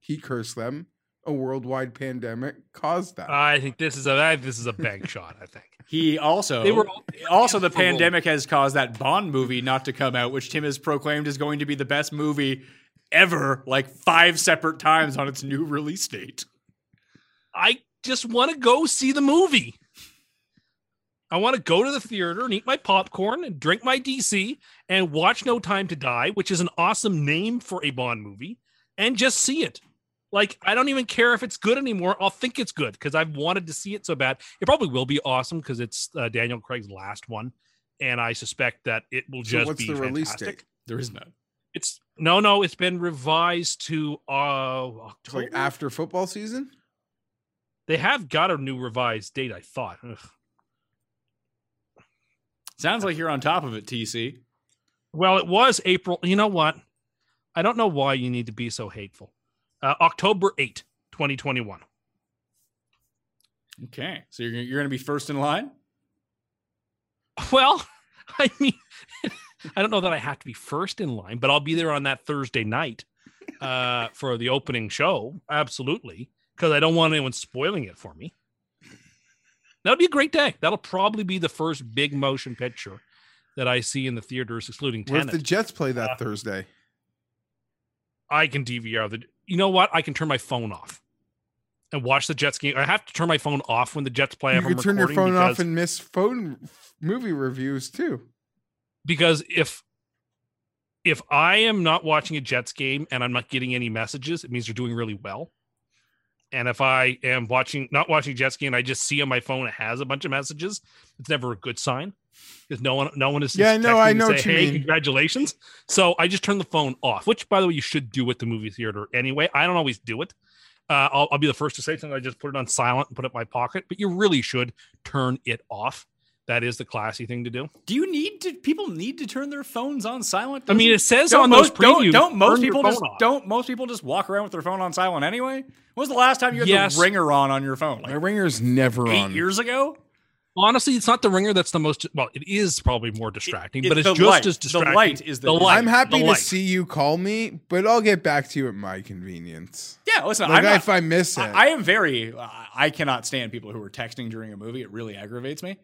He cursed them. A worldwide pandemic caused that. Uh, I think this is a I- this is a bank shot. I think he also They were all- also the for Wolves. pandemic has caused that Bond movie not to come out, which Tim has proclaimed is going to be the best movie ever, like five separate times on its new release date. I just want to go see the movie. I want to go to the theater and eat my popcorn and drink my DC and watch No Time to Die, which is an awesome name for a Bond movie, and just see it. Like I don't even care if it's good anymore. I'll think it's good because I've wanted to see it so bad. It probably will be awesome because it's uh, Daniel Craig's last one, and I suspect that it will so just what's be the release fantastic. date? There is none. It's no, no. It's been revised to uh, It's October. like after football season? they have got a new revised date. I thought. Ugh. Sounds like you're on top of it, TC. Well, it was April. You know what? I don't know why you need to be so hateful. Uh, October 8, 2021. Okay, so you're gonna- you're going to be first in line. Well, I mean, I don't know that I have to be first in line, but I'll be there on that Thursday night uh, for the opening show. Absolutely. Because I don't want anyone spoiling it for me. That'll be a great day. That'll probably be the first big motion picture that I see in the theaters, excluding What if Tenet. the Jets play Uh, that Thursday? I can DVR the. You know what? I can turn my phone off and watch the Jets game. I have to turn my phone off when the Jets play. You if I'm can turn your recording phone off because- and miss phone f- movie reviews too. because if if I am not watching a Jets game and I'm not getting any messages, it means they're doing really well. And if I am watching not watching a Jets game, and I just see on my phone it has a bunch of messages. It's never a good sign because no one no one is Yeah, I know- texting I to know say, what you hey, mean." congratulations. So I just turn the phone off, which by the way you should do at the movie theater anyway. I don't always do it. Uh, I'll, I'll be the first to say something. I just put it on silent and put it in my pocket, but you really should turn it off. That is the classy thing to do. Do you need to? People need to turn their phones on silent. I mean, Doesn't- it says don't on most, those previews. Don't, don't most turn your people phone just off. don't most people just walk around with their phone on silent anyway? When was the last time you had Yes. the ringer on on your phone? My Like ringer's never eight on. years ago. Honestly, it's not the ringer that's the most. Well, it is probably more distracting, it- but it's the just light- as the distracting. light is the- I'm happy the to light. see you call me, but I'll get back to you at my convenience. Yeah, listen, Like I'm not, if I miss it, I, I am very. I I cannot stand people who are texting during a movie. It really aggravates me. Like,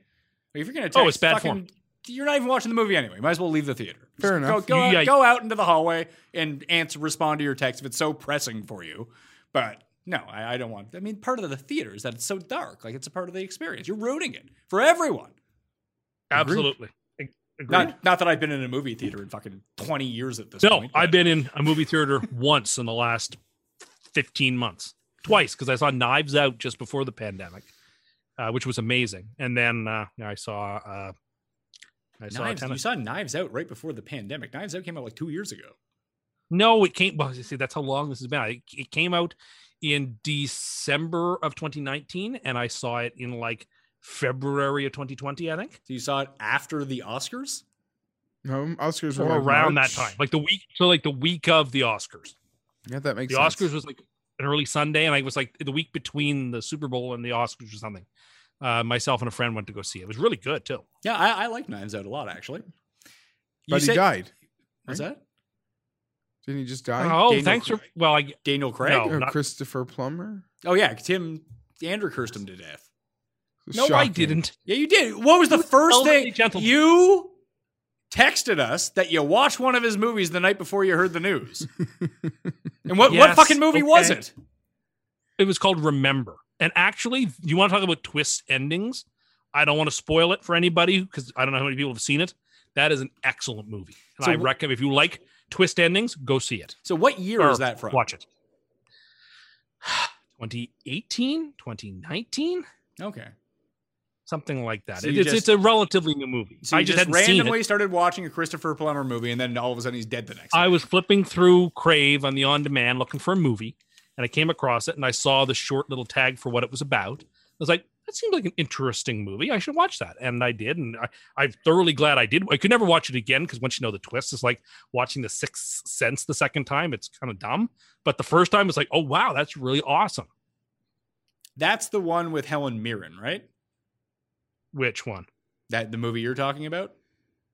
if you're going to text, Oh, it's bad fucking, form. You're not even watching the movie anyway. You might as well leave the theater. Fair Just enough. Go, go, Yeah. out, go out into the hallway and answer, respond to your text if it's so pressing for you. But no, I, I don't want. I mean, part of the theater is that it's so dark. Like it's a part of the experience. You're ruining it for everyone. Absolutely. Ag- Agreed. Not, not that I've been in a movie theater in fucking 20 years at this no, point. I've been in a movie theater once in the last 15 months, twice, because I saw Knives Out just before the pandemic, uh, which was amazing. And then uh, I saw. Uh, I saw Knives, you Tenet. saw Knives Out right before the pandemic. Knives Out came out like two years ago. No, it came. Well, you see, that's how long this has been. It, it came out in December of 2019, and I saw it in like February of 2020, I think, So you saw it after the Oscars? no Oscars were or like around March. that time, like the week. So, like the week of the Oscars. Yeah, that makes the sense. Oscars was like an early Sunday, and I was like the week between the Super Bowl and the Oscars or something. Uh, myself and a friend went to go see it. It was really good too. Yeah, I, I like Knives Out a lot, actually. but he died. What's that? Didn't he just die? Oh, Daniel thanks for. Craig. Well, I, Daniel Craig? No. Or not- Christopher Plummer. Oh, yeah. Tim Andrew cursed him to death. no, I Shocking. didn't. Yeah, you did. What was the first elderly thing? gentleman. You texted us that you watched one of his movies the night before you heard the news. and what, what Yes, fucking movie was okay. it? It was called Remember. And actually, you want to talk about twist endings? I don't want to spoil it for anybody because I don't know how many people have seen it. That is an excellent movie. And So I wh- recommend if you like twist endings, go see it. So what year Or is that from? Watch it. 2018, 2019, Okay. something like that. So It- you it's, just- it's a relatively new movie. So you I just, just, hadn't seen it. randomly started watching a Christopher Plummer movie, and then all of a sudden he's dead the next. I day. was flipping through Crave on the on demand looking for a movie, and I came across it and I saw the short little tag for what it was about. I was like, that seemed like an interesting movie. I should watch that. And I did. And I, I'm thoroughly glad I did. I could never watch it again because once you know the twist, it's like watching The Sixth Sense the second time. It's kind of dumb. But the first time, it's like, oh, wow, that's really awesome. That's the one with Helen Mirren, right? Which one? That the movie you're talking about.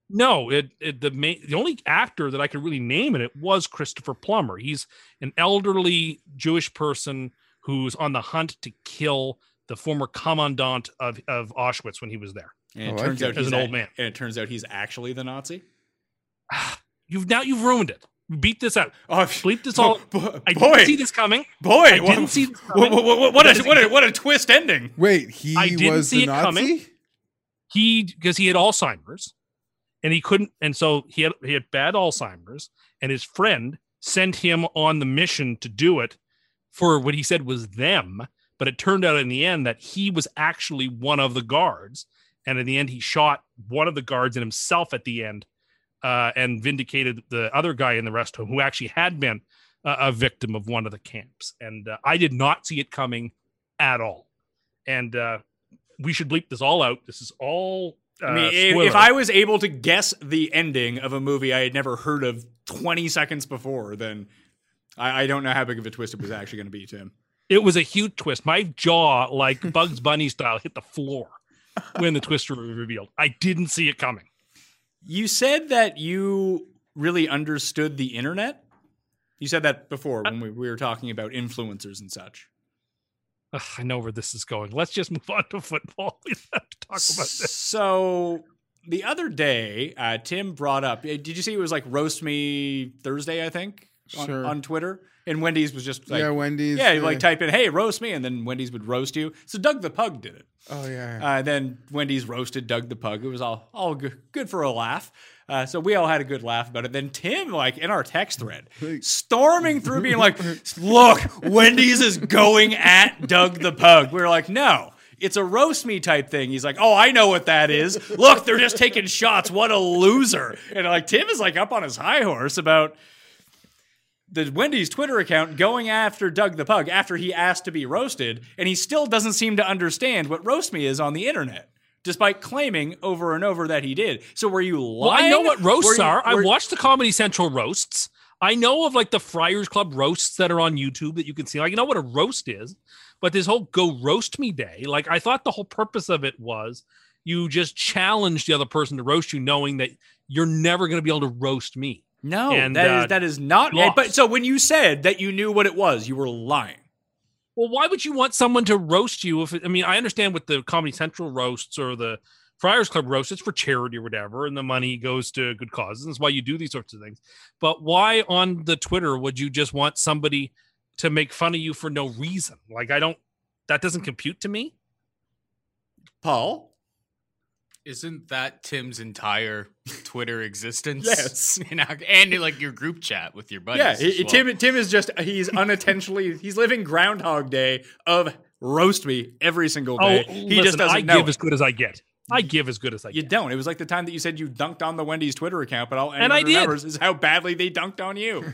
No, it, it the main the only actor that I could really name in it was Christopher Plummer. He's an elderly Jewish person who's on the hunt to kill the former commandant of, of Auschwitz when he was there. And I it like turns it. out As he's an a- old man. And it turns out he's actually the Nazi. You've now you've ruined it. Beat this out. Oh, Bleep this all. Boy, I boy, didn't see this coming. boy! I what- didn't see this What, coming. what, what, what a, what, a, what a twist ending! Wait, he I didn't was see the it Nazi. coming. he because he had Alzheimer's and he couldn't and so he had he had bad Alzheimer's and his friend sent him on the mission to do it for what he said was them but it turned out in the end that he was actually one of the guards and in the end he shot one of the guards and himself at the end uh, and vindicated the other guy in the rest home who actually had been a, a victim of one of the camps and uh, I did not see it coming at all and uh, we should bleep this all out. This is all. Uh, I mean, if, if spoiler. I was able to guess the ending of a movie I had never heard of 20 seconds before, then I, I don't know how big of a twist it was actually going to be, Tim. It was a huge twist. My jaw, like Bugs Bunny style, hit the floor when the twister was revealed. I didn't see it coming. You said that you really understood the internet. You said that before Uh, when we, we were talking about influencers and such. Ugh, I know where this is going. Let's just move on to football. We don't have to talk about this. So the other day, uh, Tim brought up. uh, Did you see it was like roast me Thursday? I think on, Sure. on Twitter. And Wendy's was just like, yeah, Wendy's. yeah, you like type in, hey, roast me, and then Wendy's would roast you. So Doug the Pug did it. Oh yeah. Uh, then Wendy's roasted Doug the Pug. It was all all good, good for a laugh. Uh, so we all had a good laugh about it. Then Tim, like in our text thread, storming through, being like, "Look, Wendy's is going at Doug the Pug." We were like, "No." It's a roast me type thing. He's like, "Oh, I know what that is. Look, they're just taking shots. What a loser!" And like Tim is like up on his high horse about the Wendy's Twitter account going after Doug the Pug after he asked to be roasted, and he still doesn't seem to understand what roast me is on the internet, despite claiming over and over that he did. So were you lying? Well, I know what roasts Were you- are. I were- watched the Comedy Central roasts. I know of like the Friars Club roasts that are on YouTube that you can see. Like, I know what a roast is, but this whole go roast me day, like, I thought the whole purpose of it was you just challenge the other person to roast you, knowing that you're never going to be able to roast me. No, and, that is uh, that is not. lost. But so when you said that you knew what it was, you were lying. Well, why would you want someone to roast you? If I mean, I understand with the Comedy Central roasts or the Friars Club roasts, it's for charity or whatever, and the money goes to good causes. That's why you do these sorts of things. But why on the Twitter would you just want somebody to make fun of you for no reason? Like, I don't. That doesn't compute to me. Paul, Isn't that Tim's entire Twitter existence? Yes. and, I- and like your group chat with your buddies. yeah, as he- well. Tim. Tim is just he's unintentionally he's living Groundhog Day of roast me every single day. oh, he listen, just doesn't I know. give it. as good as I get. I give as good as I You get. don't. It was like the time that you said you dunked on the Wendy's Twitter account, but all And anyone I did. remembers is how badly they dunked on you.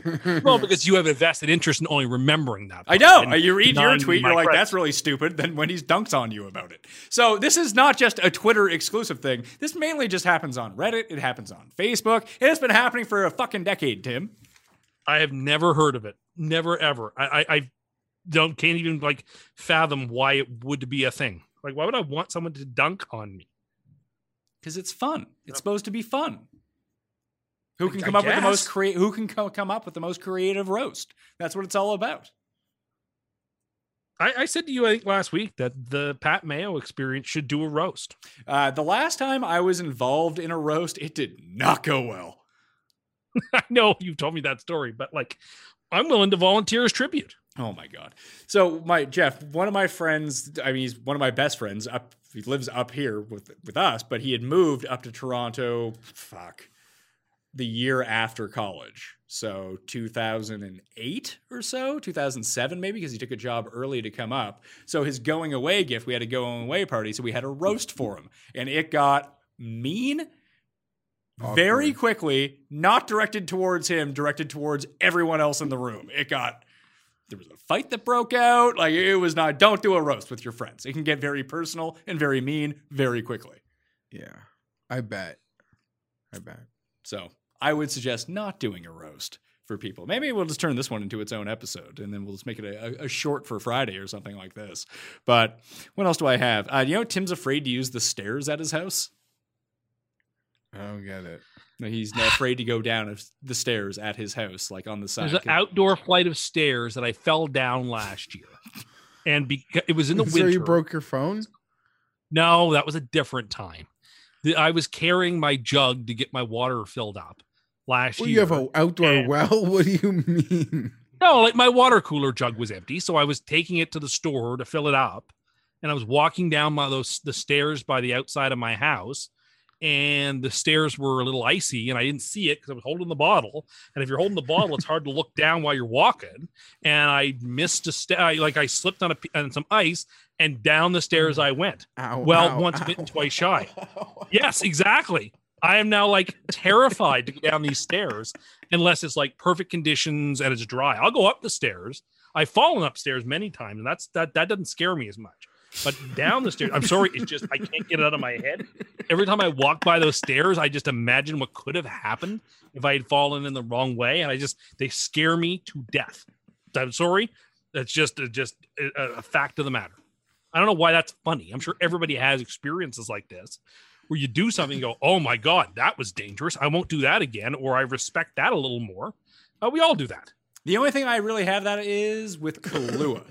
Well, because you have a vested interest in only remembering that. I part know. and you read your denying tweet, my you're like, credit. that's really stupid. Then Wendy's dunks on you about it. So this is not just a Twitter exclusive thing. This mainly just happens on Reddit. It happens on Facebook. and It's been happening for a fucking decade, Tim. I have never heard of it. Never ever. I, I, I don't can't even like fathom why it would be a thing. Like, why would I want someone to dunk on me? Because it's fun. It's supposed to be fun. Who can I come up with the most guess. crea- Who can co- come up with the most creative roast? That's what it's all about. I, I said to you, I think last week that the Pat Mayo experience should do a roast. Uh, the last time I was involved in a roast, it did not go well. I know you've told me that story, but like, I'm willing to volunteer as tribute. Oh my god! So my Jeff, one of my friends, I mean, he's one of my best friends. Up, he lives up here with with us, but he had moved up to Toronto. Fuck, the year after college, so 2008 or so, 2007 maybe, because he took a job early to come up. So his going away gift, we had a going away party, so we had a roast for him, and it got mean very Awkward. quickly, not directed towards him, directed towards everyone else in the room. It got there was a fight that broke out. Like it was not don't do a roast with your friends. It can get very personal and very mean very quickly. Yeah. Uh, I bet. I bet. So I would suggest not doing a roast for people. Maybe we'll just turn this one into its own episode and then we'll just make it a, a, a short for Friday or something like this. But what else do I have? Uh, you know, Tim's afraid to use the stairs at his house. I don't get it. He's afraid to go down of the stairs at his house, like on the side. There's an outdoor flight of stairs that I fell down last year, and beca- it was in the so winter. you broke your phone? No, that was a different time. The- I was carrying my jug to get my water filled up last Well, year. you have an outdoor and- well. What do you mean? No, like my water cooler jug was empty, so I was taking it to the store to fill it up, and I was walking down my those the stairs by the outside of my house, and the stairs were a little icy, and I didn't see it because I was holding the bottle, and if you're holding the bottle, it's hard to look down while you're walking, and I missed a step, like I slipped on a p- on some ice, and down the Mm. stairs I went. Ow, Well, ow, once ow. bitten, twice shy. Yes, exactly. I am now like terrified to go down these stairs unless it's like perfect conditions and it's dry. I'll go up the stairs. I've fallen upstairs many times, and that's that that doesn't scare me as much. But down the stairs, I'm sorry, it's just I can't get it out of my head. Every time I walk by those stairs, I just imagine what could have happened if I had fallen in the wrong way, and I just they scare me to death. I'm sorry. That's just a, just a, a fact of the matter. I don't know why that's funny. I'm sure everybody has experiences like this where you do something and go, "Oh my god, that was dangerous. I won't do that again," or "I respect that a little more." Uh, we all do that. The only thing I really have that is with Kahlua.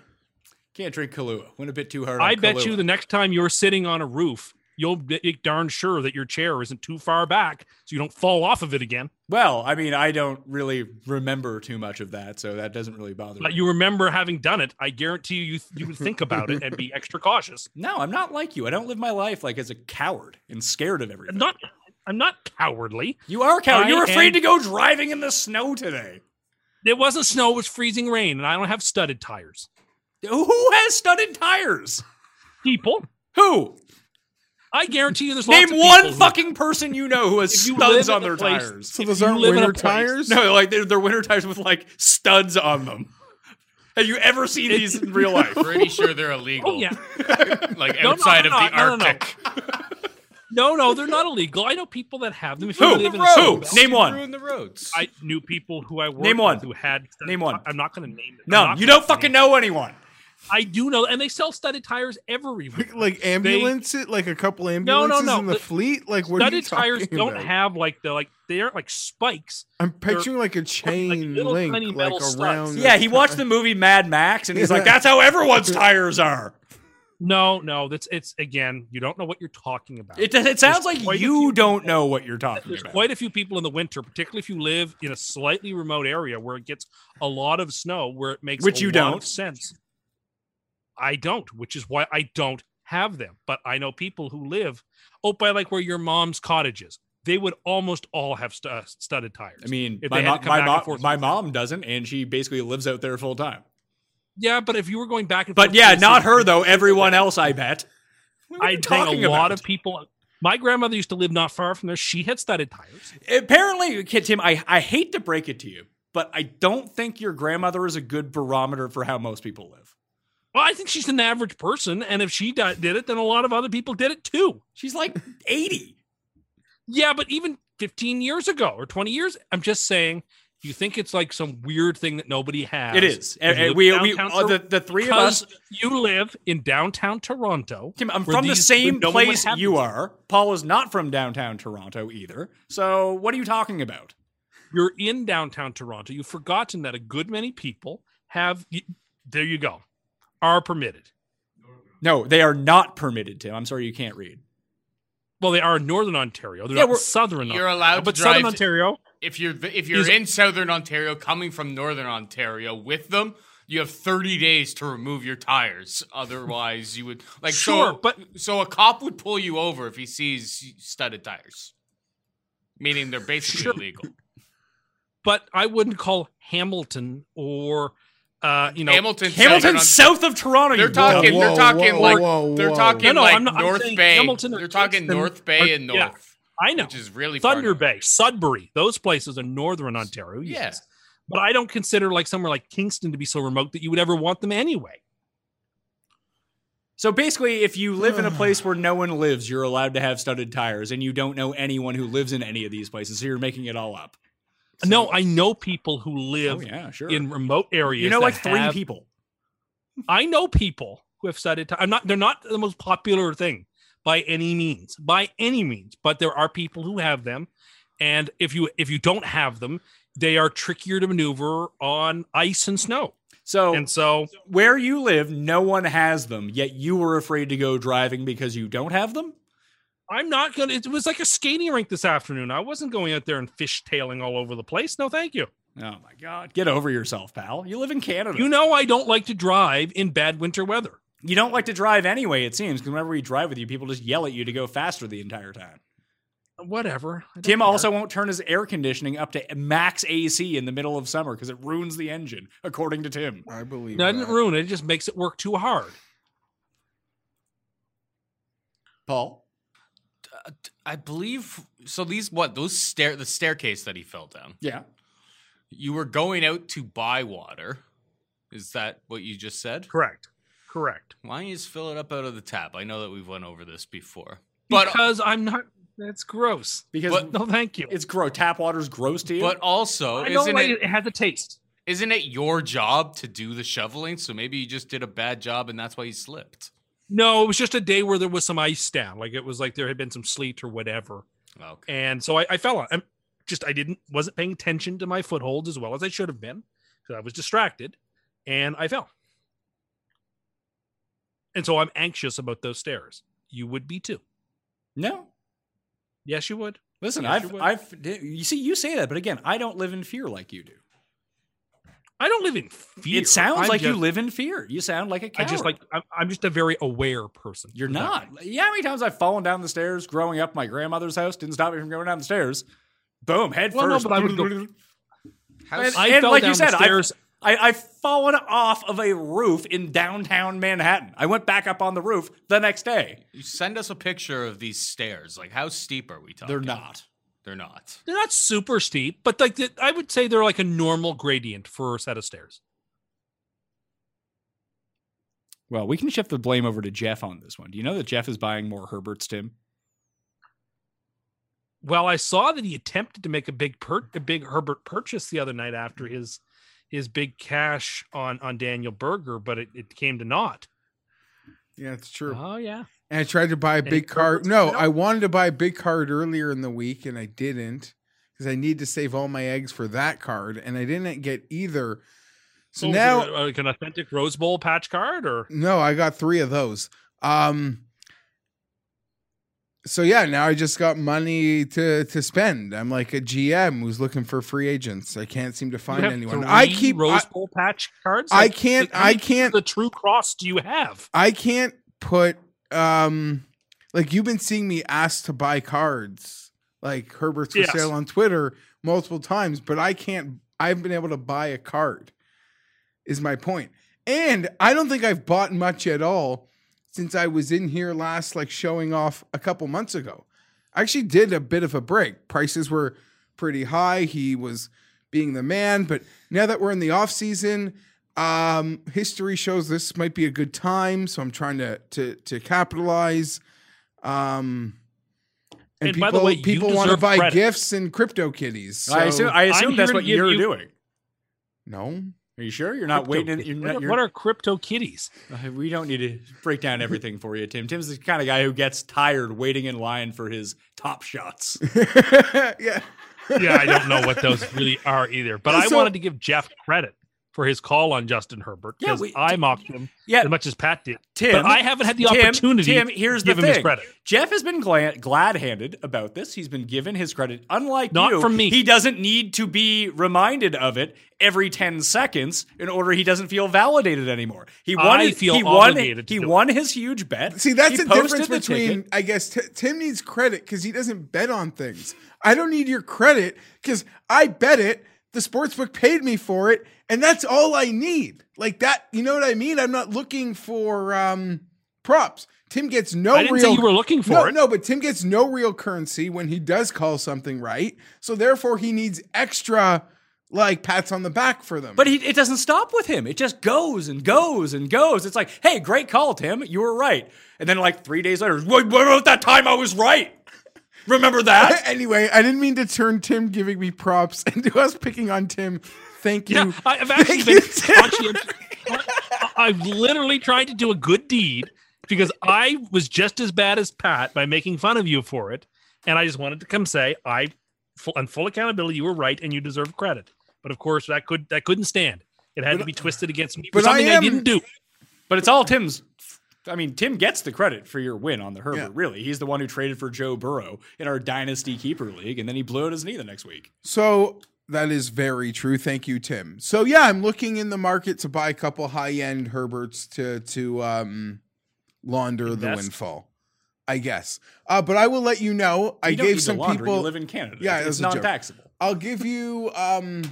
Can't drink Kahlua. Went a bit too hard. on I bet you Kahlua. the next time you're sitting on a roof, you'll be darn sure that your chair isn't too far back so you don't fall off of it again. Well, I mean, I don't really remember too much of that, so that doesn't really bother But me. you remember having done it. I guarantee you, you, you would think about it and be extra cautious. no, I'm not like you. I don't live my life like as a coward and scared of everything. I'm not. I'm not cowardly. you are a coward. I You're afraid am- to go driving in the snow today. It wasn't snow. It was freezing rain, and I don't have studded tires. Who has studded tires? People, Who? I guarantee you, there's Name lots of one people who- fucking person you know who has If you studs live in on the their place- tires. So If those you aren't live in a winter place- tires. No, like they're, they're winter tires with like studs on them. Have you ever seen these in real life? Pretty sure they're illegal. Oh yeah. Like no, outside no, of the no, no, no. Arctic. No, no, they're not illegal. I know people that have them. If you Who? live in a Who? snowbelt- Name one. Ruin the roads. I knew people who I worked Name one. with who had. studded- Name one. I'm not going to name. them. I'm No, not you gonna don't name fucking know anyone. I do know, and they sell studded tires everywhere. Like ambulance it, like a couple no, ambulances no. in the The- fleet. Like what are you studded tires talking don't about? have like the like they aren't like spikes. I'm picturing like a chain little link, tiny like metal studs. around. Yeah, he watched the movie Mad Max and he's like, Yeah. that's how everyone's tires are. No, no, that's it's again. You don't know what you're talking about. It, it sounds like quite a you few don't know what you're talking There's about. quite a few people in the winter, particularly if you live in a slightly remote area where it gets a lot of snow, where it makes Which a you lot of don't. sense. I don't, which is why I don't have them. But I know people who live oh by like where your mom's cottage is. They would almost all have stu- uh, studded tires. I mean, If my, they had mo- to come my, back and mo- forth. my mom doesn't, and she basically lives out there full time. yeah, but if you were going back and But forth to the yeah, city not her to though. Everyone else, I bet. What are I you think talking a lot about? of people. My grandmother used to live not far from there. She had studded tires. Apparently, Kid Tim, I, I hate to break it to you, but I don't think your grandmother is a good barometer for how most people live. Well, I think she's an average person, and if she di- did it, then a lot of other people did it too. She's like 80. Yeah, but even 15 years ago or 20 years, I'm just saying. You think it's like some weird thing that nobody has? It is. You And, and live we, we downtown uh, the, Tor- the three of because us, You live in downtown Toronto. Tim, I'm where from the these- same no one would place have you these. are. Paul is not from downtown Toronto either. So what are you talking about? You're in downtown Toronto. You've forgotten that a good many people have. y- There you go. Are permitted. No, they are not permitted, Tim. I'm sorry you can't read. Well, they are in Northern Ontario. They're Yeah, not in we're- southern. You're Ontario, allowed to but drive southern to- Ontario. If you're if you're Is- in Southern Ontario, coming from Northern Ontario with them, you have 30 days to remove your tires. Otherwise, you would like Sure, so, but- so a cop would pull you over if he sees studded tires, meaning they're basically Sure. illegal. But I wouldn't call Hamilton or uh, you know Hamilton, Hamilton's Southern south of Toronto. you They're talking. Whoa, they're whoa, talking whoa, like whoa, they're whoa. talking No, no, like I'm not- I'm North saying Bay. Hamilton or they're talking Kingston North Bay or- and yeah. North, I know which is really far Thunder north. Bay, Sudbury, those places in northern Ontario. Yeah. Yes. But I don't consider like somewhere like Kingston to be so remote that you would ever want them anyway. So basically, if you live in a place where no one lives, you're allowed to have studded tires, and you don't know anyone who lives in any of these places, so you're making it all up. no, I know people who live Oh yeah, sure. in remote areas. you know, that like three have- people. I know people who have studded tires. I'm not. They're not the most popular thing by any means, by any means. But there are people who have them, and if you if you don't have them, they are trickier to maneuver on ice and snow. So And so, where you live, no one has them, yet you were afraid to go driving because you don't have them. I'm not gonna. It was like a skating rink this afternoon. I wasn't going out there and fishtailing all over the place. No, thank you. Oh my god, get over yourself, pal. You live in Canada. You know I don't like to drive in bad winter weather. You don't like to drive anyway, it seems, because whenever we drive with you, people just yell at you to go faster the entire time. Whatever. I don't Tim care. also won't turn his air conditioning up to max AC in the middle of summer because it ruins the engine, according to Tim. I believe. No, it that. didn't ruin it. It just makes it work too hard. Paul? I believe so. These what those stair the staircase that he fell down. Yeah. You were going out to buy water. Is that what you just said? Correct. Correct. Why don't you just fill it up out of the tap? I know that we've went over this before, but Because I'm not. That's gross. Because But- No, thank you. it's gross. Tap water's gross to you. but also I isn't don't like it, it. It has a taste. Isn't it your job to do the shoveling? So maybe you just did a bad job and that's why you slipped. No, it was just a day where there was some ice down. Like it was like there had been some sleet or whatever. Okay. And so I, I fell on. I'm just I didn't wasn't paying attention to my footholds as well as I should have been because I was distracted, and I fell. And so I'm anxious about those stairs. You would be too. No. Yes, you would. Listen, Yes, you I've, would. I've, you see, you say that, but again, I don't live in fear like you do. I don't live in fear. It sounds I'm like you just- live in fear. You sound like a I coward. just like I'm, I'm just a very aware person. You're not. Yeah, how many times I've fallen down the stairs growing up? My grandmother's house didn't stop me from going down the stairs. Boom, head Well, no, first. but I would go. How's- I- I And fell like you down said, the I- stairs. I, I've fallen off of a roof in downtown Manhattan. I went back up on the roof the next day. you send us a picture of these stairs. Like, how steep are we talking? They're not. They're not. they're not super steep, but like the, I would say they're like a normal gradient for a set of stairs. Well, we can shift the blame over to Jeff on this one. Do you know that Jeff is buying more Herbert's, Tim? Well, I saw that he attempted to make a big per- a big Herbert purchase the other night after his his big cash on on Daniel Berger, but it, it came to naught. Yeah, it's true. Oh yeah. And I tried to buy a And big it card. was- No, no. I wanted to buy a big card earlier in the week and I didn't because I need to save all my eggs for that card and I didn't get either. So Oh, was now it a- like an authentic Rose Bowl patch card or No, I got three of those. Um so yeah, now I just got money to to spend. I'm like a GM who's looking for free agents. I can't seem to find You have anyone. I three keep I, Rose Bowl patch cards. I Like, can't how I many can't The true cross do you have? I can't put um like you've been seeing me asked to buy cards like Herbert's for Yes. sale on Twitter multiple times, but I can't I haven't been able to buy a card is my point. And I don't think I've bought much at all since I was in here last like showing off a couple months ago. I actually did a bit of a break. Prices were pretty high. He was being the man, but now that we're in the off season, um, history shows this might be a good time, so I'm trying to to to capitalize. Um, and, And people, by the way, you people want to deserve buy credit. gifts and crypto kitties. So, I assume, I assume I'm that's here what to give you're you- doing. no, Are you sure you're not Crypto waiting? kitties. You're what, not, are- you're, what are crypto kitties? Uh, we don't need to break down everything for you, Tim. Tim's the kind of guy who gets tired waiting in line for his top shots. yeah. yeah, I don't know what those really are either. But I So- wanted to give Jeff credit for his call on Justin Herbert Yeah, because we- I mocked him Yeah, as much as Pat did. Tim. but I haven't had the Tim, opportunity Tim, here's to give the him his thing. credit. Jeff has been gla- glad-handed about this. He's been given his credit. Unlike Not you, from me. he doesn't need to be reminded of it every 10 seconds in order he doesn't feel validated anymore. He won I his- feel he won, obligated to he do it. won his huge bet. See, that's he the difference posted the between, ticket. I guess, Ti- Tim needs credit because he doesn't bet on things. I don't need your credit because I bet it. The sportsbook paid me for it, and that's all I need. Like that, you know what I mean? I'm not looking for um, props. Tim gets no I didn't real. say you were looking for no, it. no, but Tim gets no real currency when he does call something right. So therefore, he needs extra like pats on the back for them. But he, it doesn't stop with him. It just goes and goes and goes. It's like, hey, great call, Tim. You were right. And then like three days later, what what about that time I was right? Remember that? anyway, I didn't mean to turn Tim giving me props into us picking on Tim. Thank you. Yeah, I- I've actually Thank you, been Tim. conscientious. I- I've literally tried to do a good deed because I was just as bad as Pat by making fun of you for it, and I just wanted to come say I, full, on full accountability, you were right and you deserve credit. But of course, that could that couldn't stand. It had to be twisted against me for but I something I, am- didn't do. But it's all Tim's. I mean, Tim gets the credit for your win on the Herbert. Yeah. Really, he's the one who traded for Joe Burrow in our dynasty keeper league, and then he blew out his knee the next week. So that is very true. Thank you, Tim. So yeah, I'm looking in the market to buy a couple high end Herberts to to um, launder the Invest? windfall. I guess. Uh, but I will let you know. I You don't need gave to some launder, people. You live in Canada. Yeah, it's, it was a joke. non-taxable. I'll give you. Um,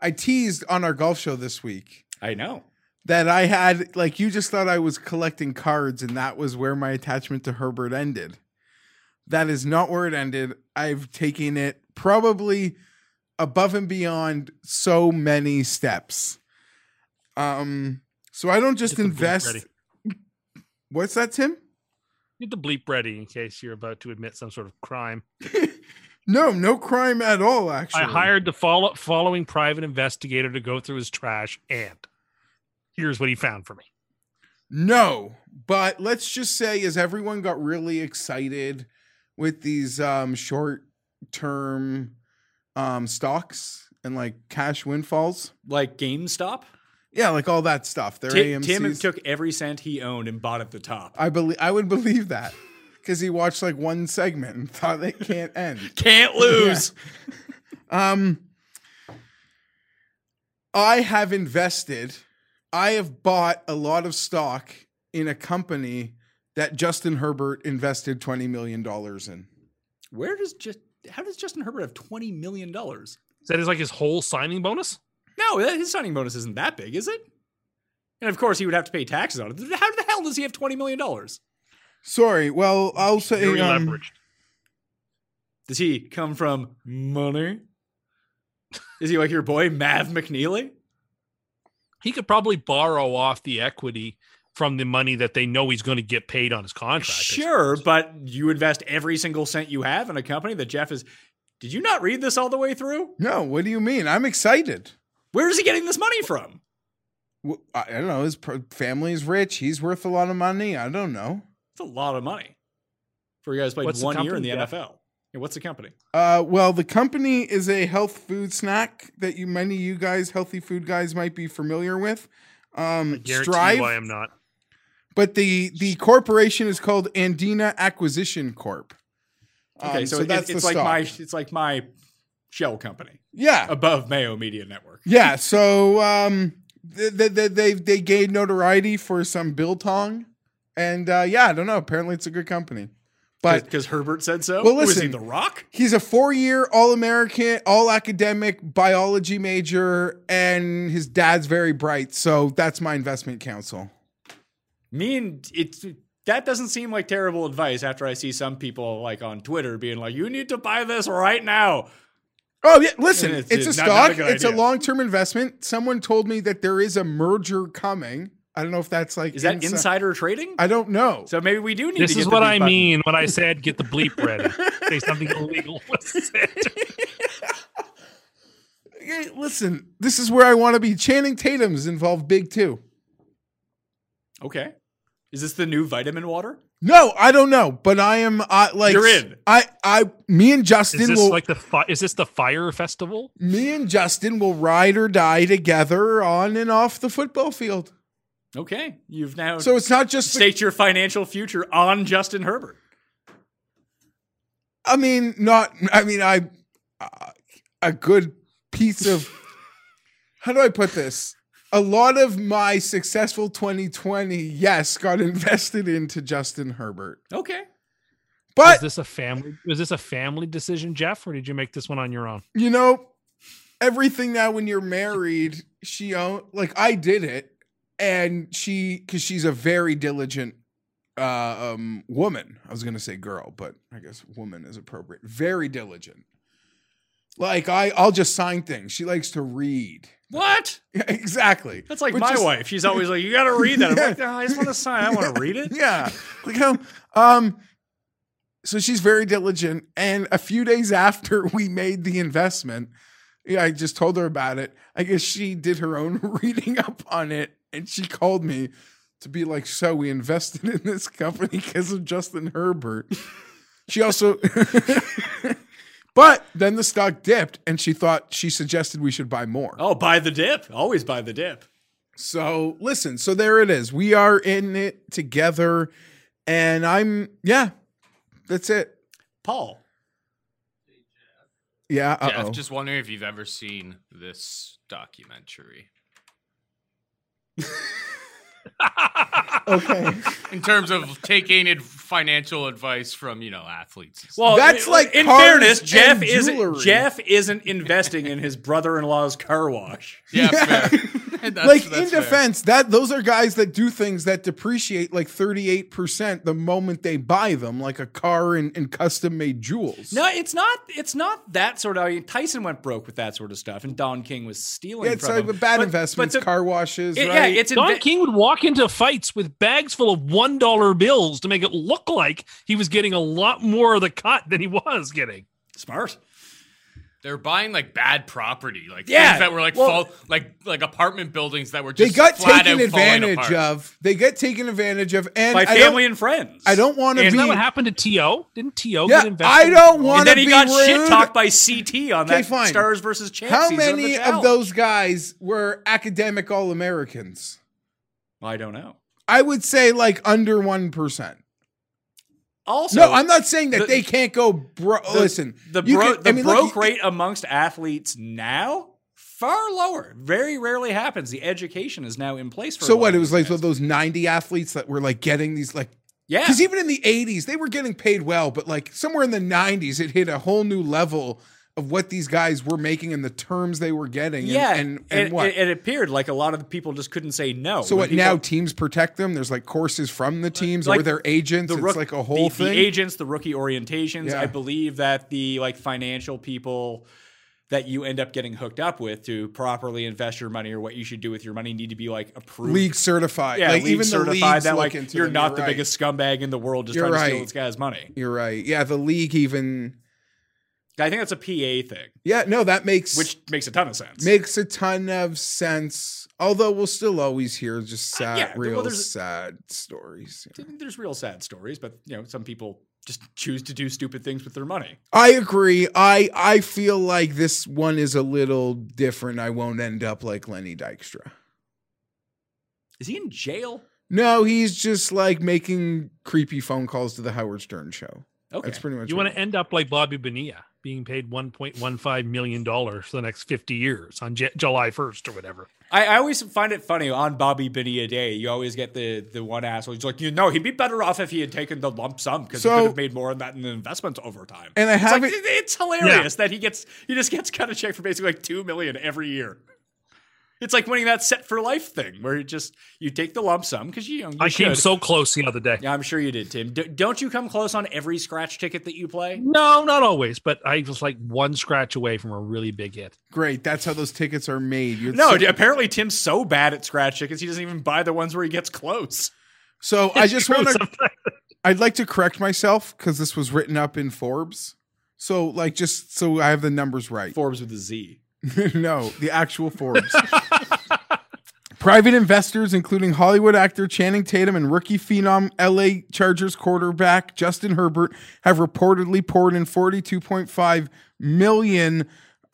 I teased on our golf show this week I know. that I had like you just thought I was collecting cards and that was where my attachment to Herbert ended. That is not where it ended. I've taken it probably above and beyond so many steps. Um so I don't just Get the bleep invest ready. What's that, Tim? Get the bleep ready in case you're about to admit some sort of crime. No, no crime at all. Actually, I hired the follow- following private investigator to go through his trash, and here's what he found for me. No, but let's just say, as everyone got really excited with these um, short-term um, stocks and like cash windfalls, Like GameStop, yeah, like all that stuff. Their Ti- AMC's. Tim took every cent he owned and bought at the top. I believe I would believe that because he watched like one segment and thought it can't end. Can't lose. Um, I have invested. I have bought a lot of stock in a company that Justin Herbert invested twenty million dollars in. Where does just how does Justin Herbert have twenty million dollars? Is that is like his whole signing bonus? No, that- his signing bonus isn't that big, is it? And of course, he would have to pay taxes on it. How the hell does he have twenty million dollars? Sorry. Well, I'll say Very um, leveraged. Does he come from money? Is he like your boy Mav McNeely? He could probably borrow off the equity from the money that they know he's going to get paid on his contract. I Sure, suppose. but you invest every single cent you have in a company that Jeff is. Did you not read this all the way through? no. What do you mean? I'm excited. Where is he getting this money from? Wh- I I don't know. His pro- family's rich. He's worth a lot of money. I don't know. It's a lot of money for you guys played What's the one year in company, the Jeff? NFL. Yeah, what's the company? Uh, well, the company is a health food snack that you many of you guys, healthy food guys, might be familiar with. Um, guarantee Strive. you I am not. But the the corporation is called Andina Acquisition Corp. Um, Okay, so, it- it's like stock. my it's like my shell company yeah above Mayo Media Network. yeah. So um, they they they, they gained notoriety for some biltong, and uh, yeah, I don't know. Apparently, it's a good company, but because Herbert said so. Well, was he listen. the Rock? He's a four year All American, all academic biology major, and his dad's very bright. So that's my investment counsel. Me and it's that doesn't seem like terrible advice. After I see some people like on Twitter being like, "You need to buy this right now." Oh, yeah. Listen, And it's, it's- a it's not- not stock, a good it's a idea. long term investment. Someone told me that there is a merger coming. I don't know if that's like. Is that inside- insider trading? I don't know. so maybe we do need. This to is get what the I button. mean when I said get the bleep ready. Say something illegal was said. Hey, Listen, this is where I want to be. Channing Tatum's involved big too. Okay, is this the new vitamin water? No, I don't know, but I am I like You're in. I I me and Justin Is this will like the fi- is this the fire festival? me and Justin will ride or die together on and off the football field. Okay, you've now So it's not just. The, staked your financial future on Justin Herbert. I mean, not. I mean, I uh, a good piece of. how do I put this? A lot of my successful 2020, yes, got invested into Justin Herbert, Okay, Is but this a family? Was this a family decision, Jeff, or did you make this one on your own? you know, everything now when you're married, she own like I did it, and she because she's a very diligent uh, um, woman. I was gonna say girl, but I guess woman is appropriate. Very diligent. Like I, I'll just sign things. She likes to read. what? Yeah, exactly. That's like Which my is- wife. She's always like, "You got to read that." I'm Yeah. like, "No, I just want to sign. I want to read it." Yeah. Like how um so she's very diligent and a few days after we made the investment, yeah, I just told her about it. I guess she did her own reading up on it and she called me to be like, "So we invested in this company because of Justin Herbert." She also But then the stock dipped and she thought she suggested we should buy more. Oh, buy the dip. Always buy the dip. So listen, so there it is. We are in it together, and I'm yeah, that's it. Paul, Yeah, uh Jeff, oh. just wondering if you've ever seen this documentary. Okay, In terms of taking ad- financial advice from, you know, athletes. and stuff. Well, That's i- like in cars fairness, and Jeff isn't jewelry. Jeff isn't investing in his brother-in-law's car wash. yeah, Yeah. fair. That's- like in that's fair. defense, that those are guys that do things that depreciate like thirty eight percent the moment they buy them, like a car and, and custom made jewels. No, it's not. It's not that sort of. I mean, Tyson went broke with that sort of stuff, and Don King was stealing. Yeah, it's from like him. the bad But- investments, but the- car washes, it- right? Yeah, it's Don inve- King would walk into fights with bags full of one dollar bills to make it look like he was getting a lot more of the cut than he was getting. Smart. They're buying like bad property, like Yeah, things that were like well- fall, like like apartment buildings that were They just got flat taken out falling advantage apart. of. They got taken advantage of, and By I family Don't, and friends. I don't want to Isn't be. that what happened to To? Didn't To Yeah, get invested? I don't in- want And to then he be got rude. shit talked by CT on Okay, that fine. Stars versus Champs. How season many the of, Challenge. those guys were academic All Americans? I don't know. I would say like under one percent. Also, No, I'm not saying that the- they can't go. Bro, the- listen, Oh, The, you bro- can- the I mean, look, broke you- rate amongst athletes now far lower. Very rarely happens. The education is now in place for. a So lot what? of It was these guys. like so those 90 athletes that were like getting these like yeah. because even in the 80s they were getting paid well, but like somewhere in the 90s it hit a whole new level of what these guys were making and the terms they were getting. and- yeah, and and, it, what? It, it appeared like a lot of the people just couldn't say no. so The what people- now? Teams protect them. There's like courses from the teams Like or their agents. the it's rook- like a whole the, the thing. agents, the rookie orientations. Yeah. I believe that the like financial people that you end up getting hooked up with to properly invest your money or what you should do with your money need to be like approved. league certified. yeah, like league even the certified leagues that look like into you're them, not the right. biggest scumbag in the world just You're trying to steal right. this guy's money. You're right. Yeah, the league even. I think that's a PA thing, Yeah, no, that makes which makes a ton of sense. makes a ton of sense. Although we'll still always hear just sad, Uh, yeah, well, real there's- sad stories. I think there's real sad stories, but you know, some people just choose to do stupid things with their money. I agree. I I feel like this one is a little different. I won't end up like Lenny Dykstra. Is he in jail? No, he's just like making creepy phone calls to the Howard Stern show. Okay. That's pretty much. You what want to end up like Bobby Bonilla, being paid 1.15 million dollars for the next 50 years on J- July 1st or whatever. I, I always find it funny on Bobby Binia Day. You always get the the one asshole. He's like, you know, he'd be better off if he had taken the lump sum because So- he could have made more on that in the investments over time. And I it's like, haven't- it- it's hilarious that he gets he just gets cut a check for basically like two million every year. It's like winning that set for life thing where you just you take the lump sum because you, you know you I came should. so close the other day. yeah, I'm sure you did, Tim. D- don't you come close on every scratch ticket that you play? No, not always, but I was like one scratch away from a really big hit. Great. That's how those tickets are made. You're No, so- d- apparently Tim's so bad at scratch tickets he doesn't even buy the ones where he gets close. So I just True, want to. sometimes- I'd like to correct myself because this was written up in Forbes. So like just so I have the numbers right. Forbes with a Z. no, the actual Forbes. Private investors, including Hollywood actor Channing Tatum and rookie phenom LA Chargers quarterback Justin Herbert, have reportedly poured in 42.5 million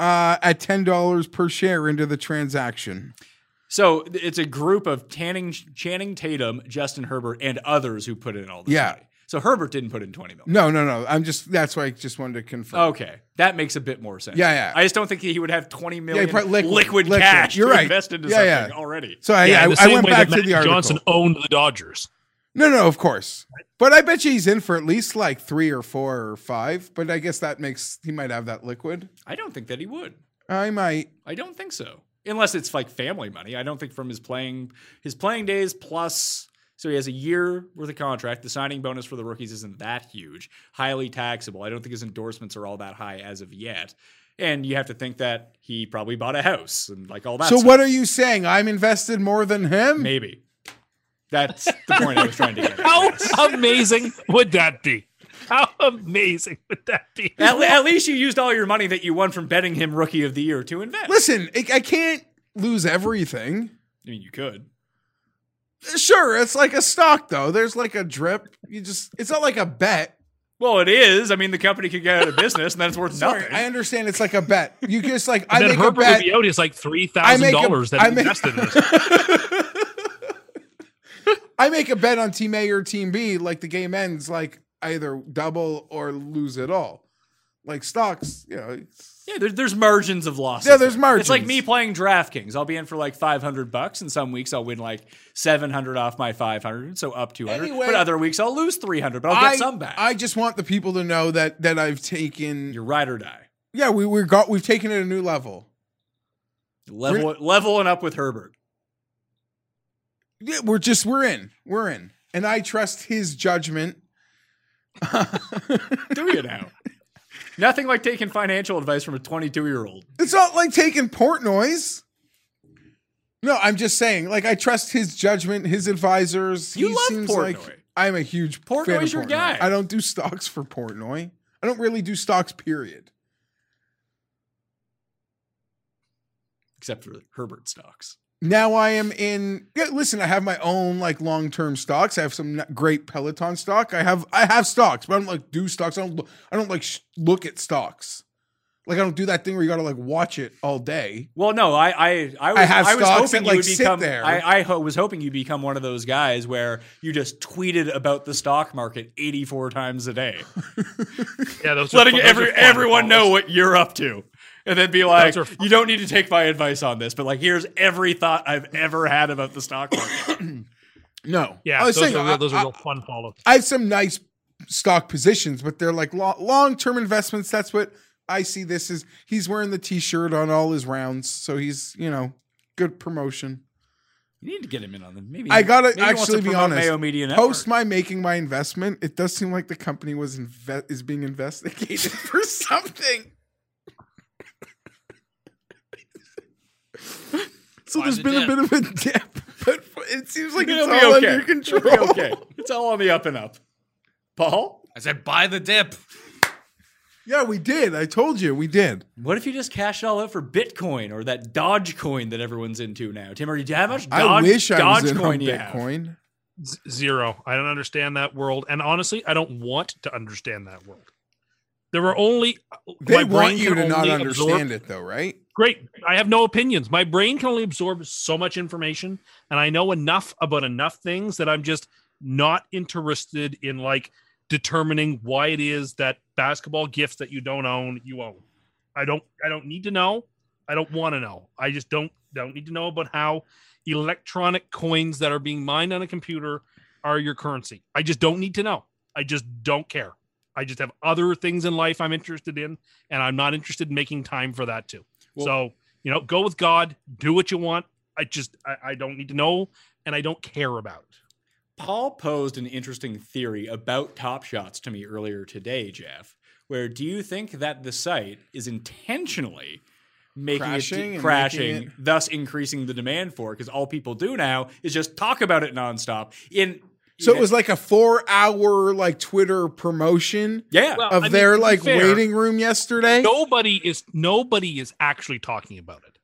uh, at $10 per share into the transaction. So th- it's a group of Tanning, Channing Tatum, Justin Herbert, and others who put in all this Yeah. money. So Herbert didn't put in 20 million. No, no, no. I'm just that's why I just wanted to confirm. Oh, Okay. That makes a bit more sense. Yeah, yeah. I just don't think he would have 20 he million probably- liquid, liquid- liquid. cash You're to right. invest into Yeah, yeah. something already. So I, yeah, in I, the I same went way that back to the Magic article. Johnson owned the Dodgers. No, no, of course. But I bet you he's in for at least like three or four or five. But I guess that makes he might have that liquid. I don't think that he would. I might. I don't think so. Unless it's like family money. I don't think from his playing his playing days plus so he has a year worth of contract. The signing bonus for the rookies isn't that huge, highly taxable. I don't think his endorsements are all that high as of yet. And you have to think that he probably bought a house and like all that. so stuff. what are you saying? I'm invested more than him. Maybe that's the point I was trying to get. at. How amazing would that be? How amazing would that be? At, le- at least you used all your money that you won from betting him rookie of the year to invest. Listen, I, I can't lose everything. I mean, you could. Sure, it's like a stock though. There's like a drip. You just it's not like a bet. Well, it is. I mean, the company could go out of business, and then it's worth Sorry, nothing. I understand it's like a bet. You just like I then make Herbert a bet. would be out his like three I thousand make a- dollars that I he make- invested in. us. I make a bet on team A or team B, like the game ends, like either double or lose it all. Like stocks, you know. it's- Yeah, there, there's margins of losses. Yeah, there's there. It's like margins. me playing DraftKings. I'll be in for like 500 bucks, and some weeks I'll win like 700 off my 500, so up 200. Anyway- but other weeks I'll lose 300, but I'll get I, some back. I just want the people to know that that I've taken. You're ride or die. yeah, we we got we've taken it a new level. Level, leveling up with Herbert. Yeah, we're just we're in, we're in, and I trust his judgment. Do you now? Nothing like taking financial advice from a 22 year old. It's not like taking Portnoy's. No, I'm just saying. Like I trust his judgment, his advisors. You love Portnoy. I'm a huge fan Portnoy's of your guy. I don't do stocks for Portnoy. I don't really do stocks, period. except for Herbert stocks. Now I am in. Yeah, listen, I have my own like long term stocks. I have some n- great Peloton stock. I have I have stocks, but I don't like do stocks. I don't lo- I don't like sh- look at stocks. Like I don't do that thing where you got to like watch it all day. Well, no, I, I, I was, I have was stocks hoping that, you like, would sit become. there. I, I ho- was hoping you become one of those guys where you just tweeted about the stock market 84 times a day, Yeah, those are letting fu- those are every fun everyone know follows. what you're up to, and then be like, Those are fun. "You don't need to take my advice on this, but like, here's every thought I've ever had about the stock market." No, Yeah, I was those, saying are I- real, those I- are real fun follows. I have some nice stock positions, but they're like lo- long-term investments. That's what I see. This is he's wearing the T-shirt on all his rounds, so he's you know good promotion. you need to get him in on them. Maybe I gotta maybe he wants actually to be promote honest. Mayo Media Network. Post my making my investment, it does seem like the company was inve- is being investigated for something. so Why there's the been dip? a bit of a dip, but it seems like It'll it's be all okay. under It'll control. be okay, it's all on the up and up. Paul, I said, buy the dip. Yeah, we did. I told you, we did. What if you just cash it all out for Bitcoin or that Dogecoin that everyone's into now? Tim, do you have much Doge, I wish I was in on Dogecoin you have? Bitcoin. Z- Zero. I don't understand that world, and honestly, I don't want to understand that world. There are only uh, They my brain want you can to not only understand absorb- it, though, right? Great. I have no opinions. My brain can only absorb so much information, and I know enough about enough things that I'm just not interested in like determining why it is that basketball gifts that you don't own you own. I don't. I don't need to know. I don't want to know. I just don't. Don't need to know about how electronic coins that are being mined on a computer are your currency. I just don't need to know. I just don't care. I just have other things in life I'm interested in, and I'm not interested in making time for that too. Well- so, you know, go with God, do what you want. I just, I, I don't need to know, and I don't care about it. Paul posed an interesting theory about Top Shots to me earlier today, Jeff. Where do you think that the site is intentionally making Crashing it and de- making crashing, it- thus increasing the demand for it? Because all people do now is just talk about it nonstop. In So it was like a four-hour like Twitter promotion yeah, Well, of I mean, their to be like fair, waiting room yesterday. Nobody is, nobody is actually talking about it.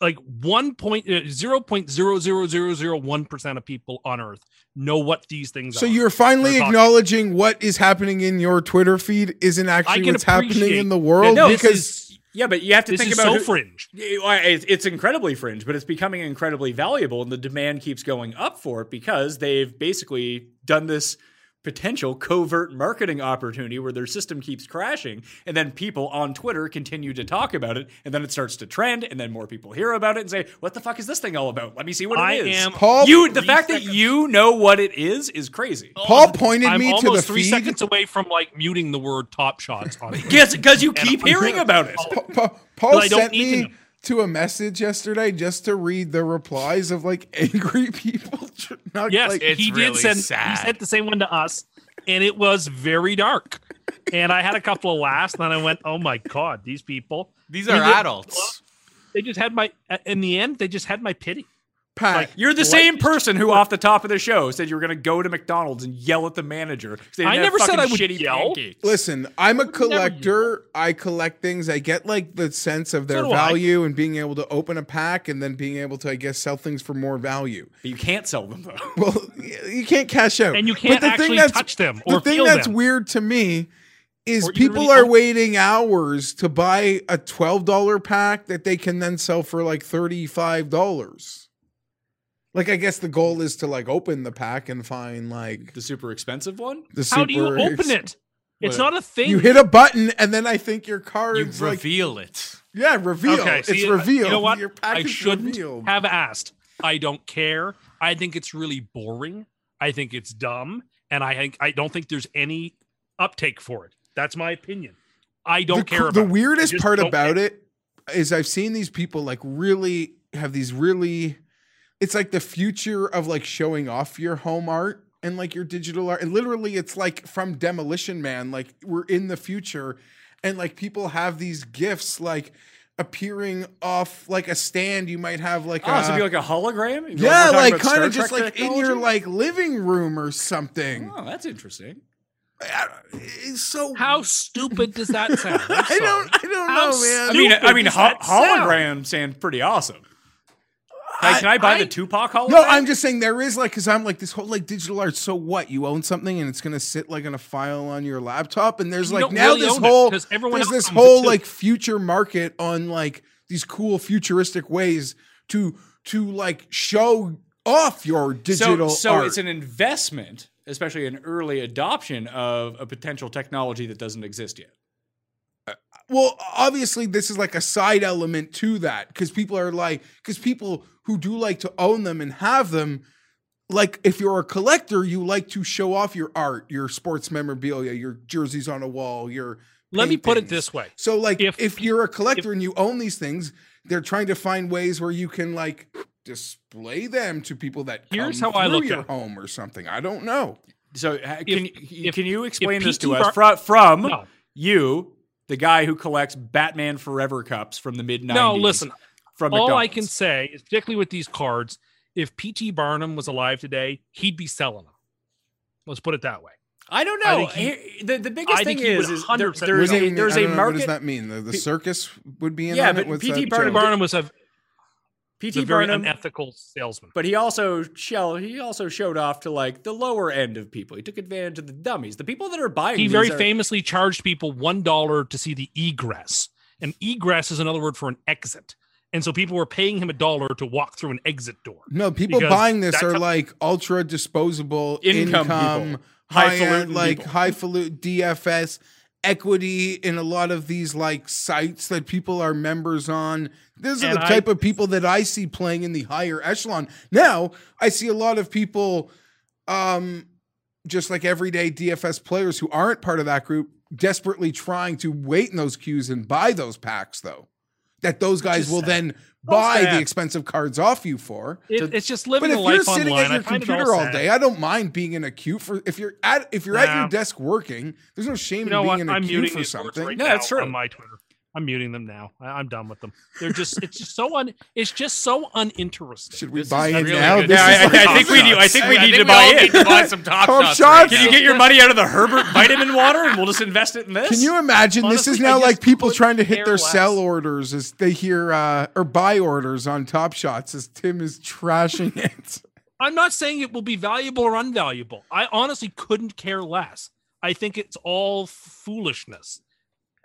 Like one point uh, zero point zero zero zero zero one percent of people on Earth know what these things So are. you're finally They're talking. acknowledging what is happening in your Twitter feed isn't actually can what's happening appreciate in the that world this because is, yeah, but you have to this think is about so who- fringe. It- It's incredibly fringe, but it's becoming incredibly valuable, and the demand keeps going up for it because they've basically done this potential covert marketing opportunity where their system keeps crashing, and then people on Twitter continue to talk about it, and then it starts to trend, and then more people hear about it and say, "What the fuck is this thing all about? Let me see what I it is." am Paul you, the three fact that seconds- you know what it is is crazy. Oh, Paul pointed I'm me to the almost three feed. seconds away from like muting the word top shots on it. Yes, because you keep I'm hearing gonna- about it. Pa- Pa- Paul I don't sent need to me know. to, a message yesterday just to read the replies of like angry people. tr- Not Yes, like, It's he did really send sad. he sent the same one to us, and it was very dark. And I had a couple of laughs, and then I went, "Oh my god, these people! These I are mean, they- adults. They just had my. In the end, they just had my pity. Pat, You're the What? same person who, off the top of the show, said you were going to go to McDonald's and yell at the manager. 'cause they didn't I have never said fucking I would shitty yell. pancakes. Listen, I'm a never do collector. I collect things. I get like the sense of their do I. value and being able to open a pack and then being able to, I guess, sell things for more value. But you can't sell them though. Well, y- you can't cash out, And you But can't the thing actually that's- touch them The or thing feel that's them. weird to me is Or even people really are own- waiting hours to buy a twelve dollar pack that they can then sell for like thirty five dollars. Like, I guess the goal is to like open the pack and find like The super expensive one? the How do you super ex- open it? It's What? not a thing. You hit a button, and then I think your card You is like reveal it. Yeah, reveal. see, uh, it's reveal. You know what? Your pack I is shouldn't revealed. have asked. I don't care. I think it's really boring. I think it's dumb, and I think I don't think there's any uptake for it. That's my opinion. I don't the, care. cr- About The it. I weirdest just part don't about care. it is I've seen these people like really have these really. It's like the future of like showing off your home art and like your digital art. And literally, it's like from Demolition Man. Like we're in the future, and like people have these gifts like appearing off like a stand. You might have like Oh, a so it'd be like a hologram? If you Uh, yeah, wanna talk like about Star kind of Trek Oh. just like in technology? your like living room or something. Oh, that's interesting. I- It's so How stupid does that sound? I'm I sorry. don't. I don't How know, man. I mean, I stupid mean, does ho- that sound? hologram sound pretty awesome. Like, can I buy the Tupac hologram? No, I'm just saying there is like because I'm like this whole like digital art. So what? You own something and it's gonna sit like in a file on your laptop. And there's You like don't now really this own it, whole 'cause everyone there's else this owns it whole too. like future market on like these cool futuristic ways to to like show off your digital so, so art. it's an investment, especially an early adoption of a potential technology that doesn't exist yet. well, obviously this is like a side element to that because people are like because people who do like to own them and have them like if you're a collector, you like to show off your art, your sports memorabilia, your jerseys on a wall, your Let me put it paintings. this way. So like if, If- you're a collector and you own these things, they're trying to find ways where you can like display them to people that Here's come how I through look your at it. home or something. I don't know. So, ha- can you, if- can you explain if this to PT us Bar- from, from No. you, the guy who collects Batman Forever cups from the mid 90s? No, listen. From all I McDonald's? can say is, particularly with these cards, if PT Barnum was alive today, he'd be selling them. Let's put it that way. I don't I know. think he- Here- the, the biggest I thing think he is, would is there, 100% there's What do a, you there's mean? I a don't know. What does market. that mean? The, the circus would be in Yeah, on but it. What's PT that Barnum- joke? Barnum was a, was a P.T. very Barnum, unethical salesman. but he also shell he also showed off to like the lower end of people. He took advantage of the dummies, the people that are buying. he these very are- famously charged people one dollar to see the egress. And egress is another word for an exit. And so people were paying him a dollar to walk through an exit door. No, people Because buying this that's are how- like ultra disposable Income income, people. high Highfalutin end, like people. highfalutin DFS equity in a lot of these like sites that people are members on. These are And the I- type of people that I see playing in the higher echelon. Now I see a lot of people, um, just like everyday DFS players who aren't part of that group, desperately trying to wait in those queues and buy those packs though. That those guys is will sad. then buy the sad. expensive cards off you for. It- it's just living But if a life you're sitting online. at your I find it computer all, sad. day, I don't mind being in a queue for if you're at if you're at your Nah. desk working. The's no shame You know in being what? in a I'm queue muting for these words something. Right No, now that's true. On my Twitter, I'm muting them now. I, I'm done with them. They're just it's just so un it's just so uninteresting. Should we This buy is in really now? good. This Yeah, I- is I- I like think we Top do- I think Shots. we I need think to we buy all in. need to buy some top, Top shots. shots? right Can you now. get your money out of the Herbert vitamin water and we'll just invest it in this? Can you imagine? this is Honestly, now I like just people put trying to hit their air sell less. orders as they hear uh, or buy orders on Top Shots as Tim is trashing it. I'm not saying it will be valuable or unvaluable. I honestly couldn't care less. I think it's all foolishness.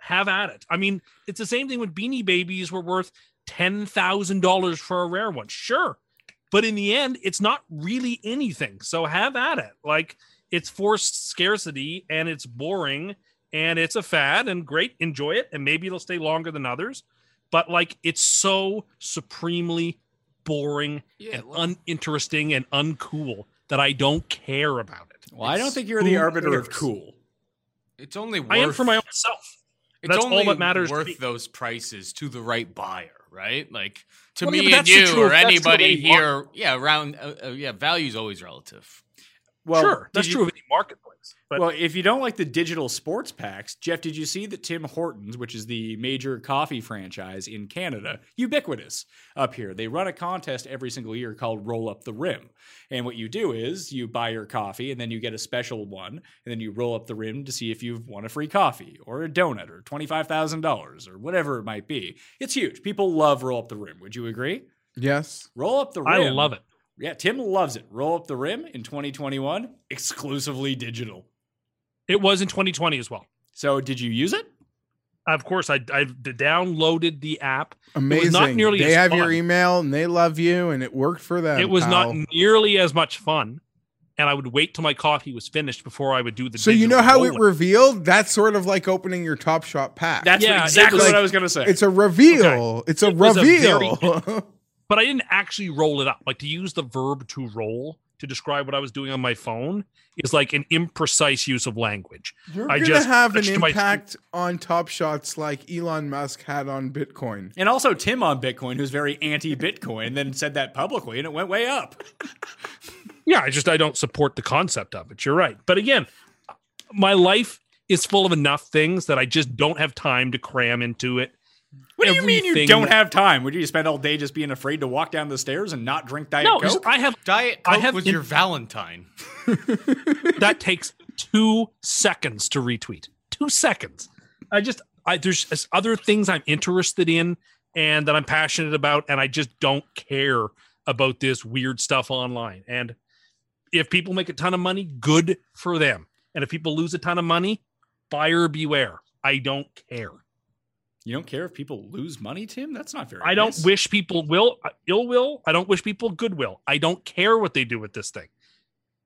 Have at it. I mean, it's the same thing with Beanie Babies were worth $10,000 for a rare one. Sure. But in the end, it's not really anything. So have at it. Like it's forced scarcity and it's boring and it's a fad and great. Enjoy it. And maybe it'll stay longer than others. But like it's so supremely boring Yeah, and well- uninteresting and uncool that I don't care about it. Well, I don't think you're the Who arbiter of cares? cool. It's only worth, I am for my own self. It's That's all only that matters to me. Worth those prices to the right buyer, right? Like to Well, yeah, but me and that's the you truth. or That's the way anybody you want here. Yeah, around. Uh, uh, yeah, value's always relative. Well, sure, did that's you- true of any marketplace. But well, if you don't like the digital sports packs, Jeff, did you see that Tim Hortons, which is the major coffee franchise in Canada, ubiquitous up here, they run a contest every single year called Roll Up the Rim. And what you do is you buy your coffee and then you get a special one, and then you roll up the rim to see if you've won a free coffee or a donut or $25,000 or whatever it might be. It's huge. People love Roll Up the Rim. Would you agree? yes, Roll Up the I Rim. love it. Yeah, Tim loves it. Roll Up the Rim in 2021, exclusively digital. It was in 2020 as well. So, did you use it? Of course, I, I d- downloaded the app. amazing. nearly they as have your fun. email and they love you, and it worked for them. it was pal. not nearly as much fun, and I would wait till my coffee was finished before I would do the. So you digital know how it rolling. revealed? That's sort of like opening your Top Shot pack. That's Yeah, it exactly was- what I was going to say. It's a reveal. It's a It was a reveal. but I didn't actually roll it up. Like to use the verb to roll to describe what I was doing on my phone is like an imprecise use of language. You're I gonna just have an touched my- impact on Top Shots like Elon Musk had on Bitcoin. and also Tim on Bitcoin, who's very anti-Bitcoin, then said that publicly, and it went way up. Yeah, I just I don't support the concept of it. You're right. But again, my life is full of enough things that I just don't have time to cram into it. What do you mean you Everything- don't have time? Would you spend all day just being afraid to walk down the stairs and not drink Diet No, Coke? I have Diet I Coke have was in- your Valentine. that takes two seconds to retweet. Two seconds. I just I there's just other things I'm interested in and that I'm passionate about, and I just don't care about this weird stuff online. And if people make a ton of money, good for them. And if people lose a ton of money, buyer beware. I don't care. You don't care if people lose money, Tim? That's not fair. I don't wish people will uh, ill will. I don't wish people goodwill. I don't care what they do with this thing.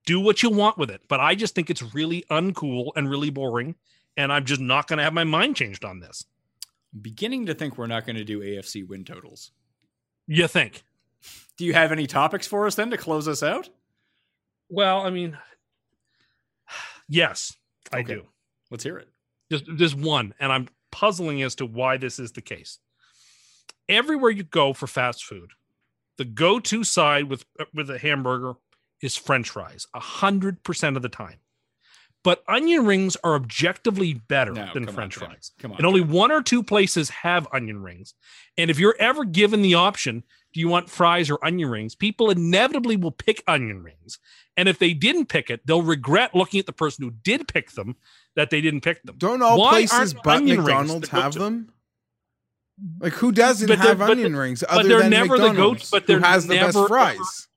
Do what you want with it. But I just think it's really uncool and really boring. And I'm just not going to have my mind changed on this. beginning to think we're not going to do AFC win totals. You think? Do you have any topics for us then to close us out? Well, I mean, yes, I Okay. do. Let's hear it. Just there's one, and I'm puzzling as to why this is the case. Everywhere you go for fast food, the go-to side with with a hamburger is French fries, hundred percent of the time. But onion rings are objectively better No, than come on, French Tim. fries. Come on. And only Tim. one or two places have onion rings. And if you're ever given the option, do you want fries or onion rings? People inevitably will pick onion rings. And if they didn't pick it, they'll regret looking at the person who did pick them that they didn't pick them. Don't all Why places aren't but onion rings McDonald's the go-to? have them? Like who doesn't But they're- have but onion they're- rings but other they're than never the McDonald's? go-to- but who they're has the best never- fries?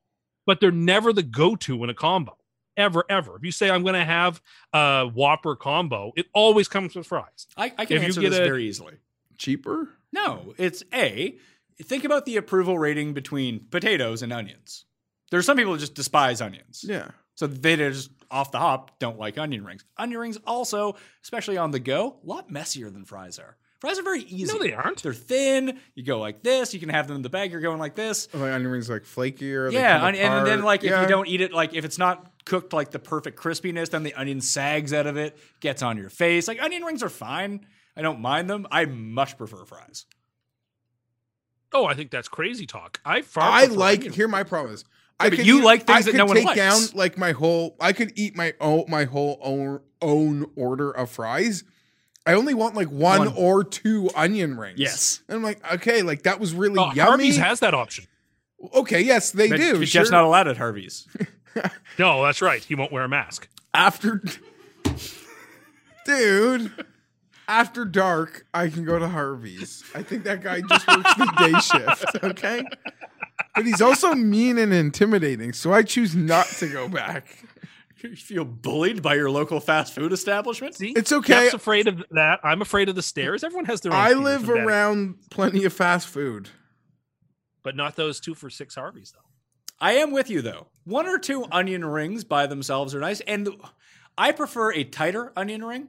But they're never the go-to in a combo. Ever, ever. If you say I'm going to have a Whopper combo, it always comes with fries. I, I can If you answer get this a- very easily. Cheaper? No, it's A. Think about the approval rating between potatoes and onions. There's some people who just despise onions. Yeah. So they just off the hop don't like onion rings. Onion rings also, especially on the go, a lot messier than fries are. Fries are very easy. No, they aren't. They're thin. You go like this. You can have them in the bag. You're going like this. Like onion rings like flakier. they Yeah, come on- and, and then apart. like if Yeah. you don't eat it, like if it's not cooked like the perfect crispiness, then the onion sags out of it, gets on your face. Like onion rings are fine. I don't mind them. I much prefer fries. Oh, I think that's crazy talk. I far I prefer like onion here. My problem is, I but you eat- like things I that could no one take likes. down like my whole. I could eat my own my whole own own order of fries. I only want like one, One. or two onion rings. Yes. and I'm like, okay, like that was really Oh, yummy. Harvey's has that option. okay, yes, they But do. Jeff's sure. not allowed at Harvey's. No, that's right. He won't wear a mask. after, dude. After dark, I can go to Harvey's. I think that guy just works the day shift. Okay. But he's also mean and intimidating, so I choose not to go back. you feel bullied by your local fast food establishment. See, It's okay. Jeff's afraid of that. I'm afraid of the stairs. Everyone has their. own I fears live and bad- around plenty of fast food. but not those two for six Harveys though. I am with you though. One or two onion rings by themselves are nice, and I prefer a tighter onion ring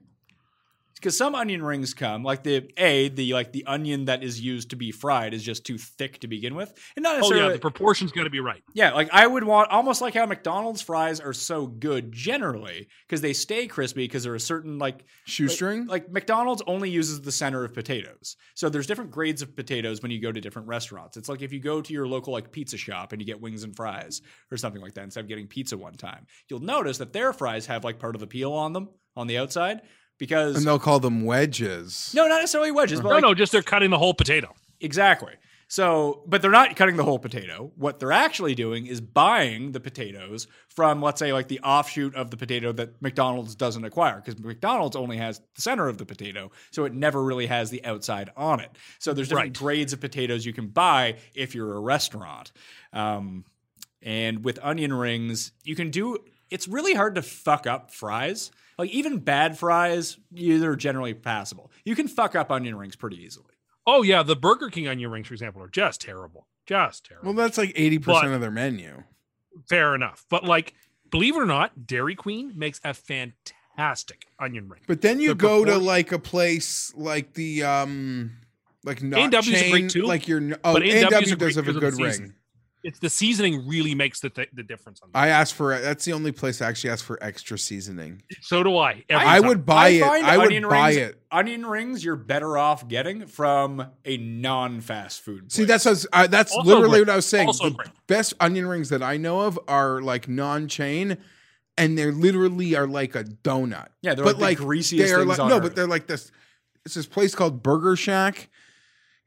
because some onion rings come like the a the like the onion that is used to be fried is just too thick to begin with, and not Oh necessarily. yeah, the proportion's got to be right. Yeah, like I would want almost like how McDonald's fries are so good generally because they stay crispy because there are certain like Shoestring? Like, like McDonald's only uses the center of potatoes, so there's different grades of potatoes when you go to different restaurants. It's like if you go to your local like pizza shop and you get wings and fries or something like that instead of getting pizza one time, you'll notice that their fries have like part of the peel on them on the outside because and they'll Uh-huh. call them wedges. no, not necessarily wedges, but No, like, no, just they're cutting the whole potato. Exactly. So, but they're not cutting the whole potato. What they're actually doing is buying the potatoes from, let's say, like the offshoot of the potato that McDonald's doesn't acquire, because McDonald's only has the center of the potato, so it never really has the outside on it. So there's different Right. grades of potatoes you can buy if you're a restaurant. Um, and with onion rings, you can do. It's really hard to fuck up fries. Like even bad fries, you- they're generally passable. You can fuck up onion rings pretty easily. Oh yeah, the Burger King onion rings, for example, are just terrible. Just Well, terrible. that's like 80% But- of their menu. Fair enough. But like, believe it or not, Dairy Queen makes a fantastic onion ring. But then you The go to propor- like a place like the um like not A&W's is chain, great too, like your oh but A&W's A&W does are great have a because of the good ring. seasoning. It's the seasoning really makes the th- the difference on that. I asked for that's the only place I actually asked for extra seasoning. so do I. every I, time. would buy it. find I would onion buy rings, it. Onion rings, you're better off getting from a non-fast food. Place. See, that's what I was, I- that's Also literally great. what I was saying. Also the great. best onion rings that I know of are like non-chain, and they literally are like a donut. Yeah, they're but like the greasiest they are things like, on no, earth. but they're like this. It's this place called Burger Shack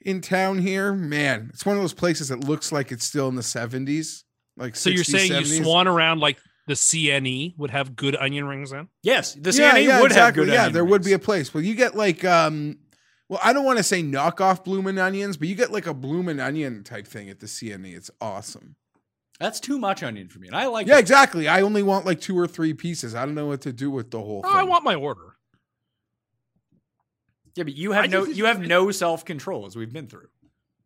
in town here. Man, it's one of those places that looks like it's still in the seventies. Like So you're 60s, saying 70s. you swan around like the CNE would have good onion rings in. Yes, the CNE would have good. Yeah, onion there would rings. be a place. Well, you get like, um, well, I don't want to say knockoff bloomin' onions, but you get like a bloomin' onion type thing at the CNE. It's awesome. That's too much onion for me, and I like. Yeah, it. exactly. I only want like two or three pieces. I don't know what to do with the whole Oh, thing. I want my order. Yeah, but you have I no just- you have no self control as we've been through.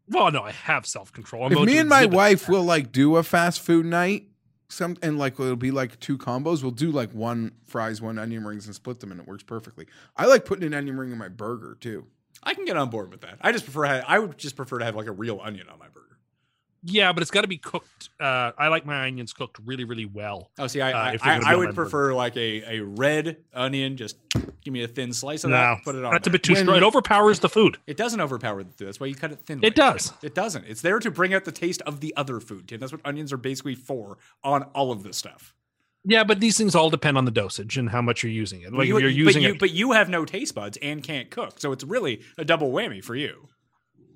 Well, no, I have self control. if me and my wife will like do a fast food night, some and like it'll be like two combos. We'll do like one fries, one onion rings, and split them, and it works perfectly. I like putting an onion ring in my burger too. I can get on board with that. I just prefer I would just prefer to have like a real onion on my burger. yeah, but it's got to be cooked. Uh, I like my onions cooked really, really well. Oh, see, I Uh, I, if you're I- I gonna be on my would burger. prefer like a a red onion. Just give me a thin slice of No, that. Put it on. that's a there. bit too strong. It overpowers the food. It doesn't overpower the food. That's why you cut it thin. It does. It doesn't. It's there to bring out the taste of the other food, Tim. That's what onions are basically for on all of this stuff. Yeah, but these things all depend on the dosage and how much you're using it. Like you, if you're using but you, it, but you have no taste buds and can't cook, so it's really a double whammy for you.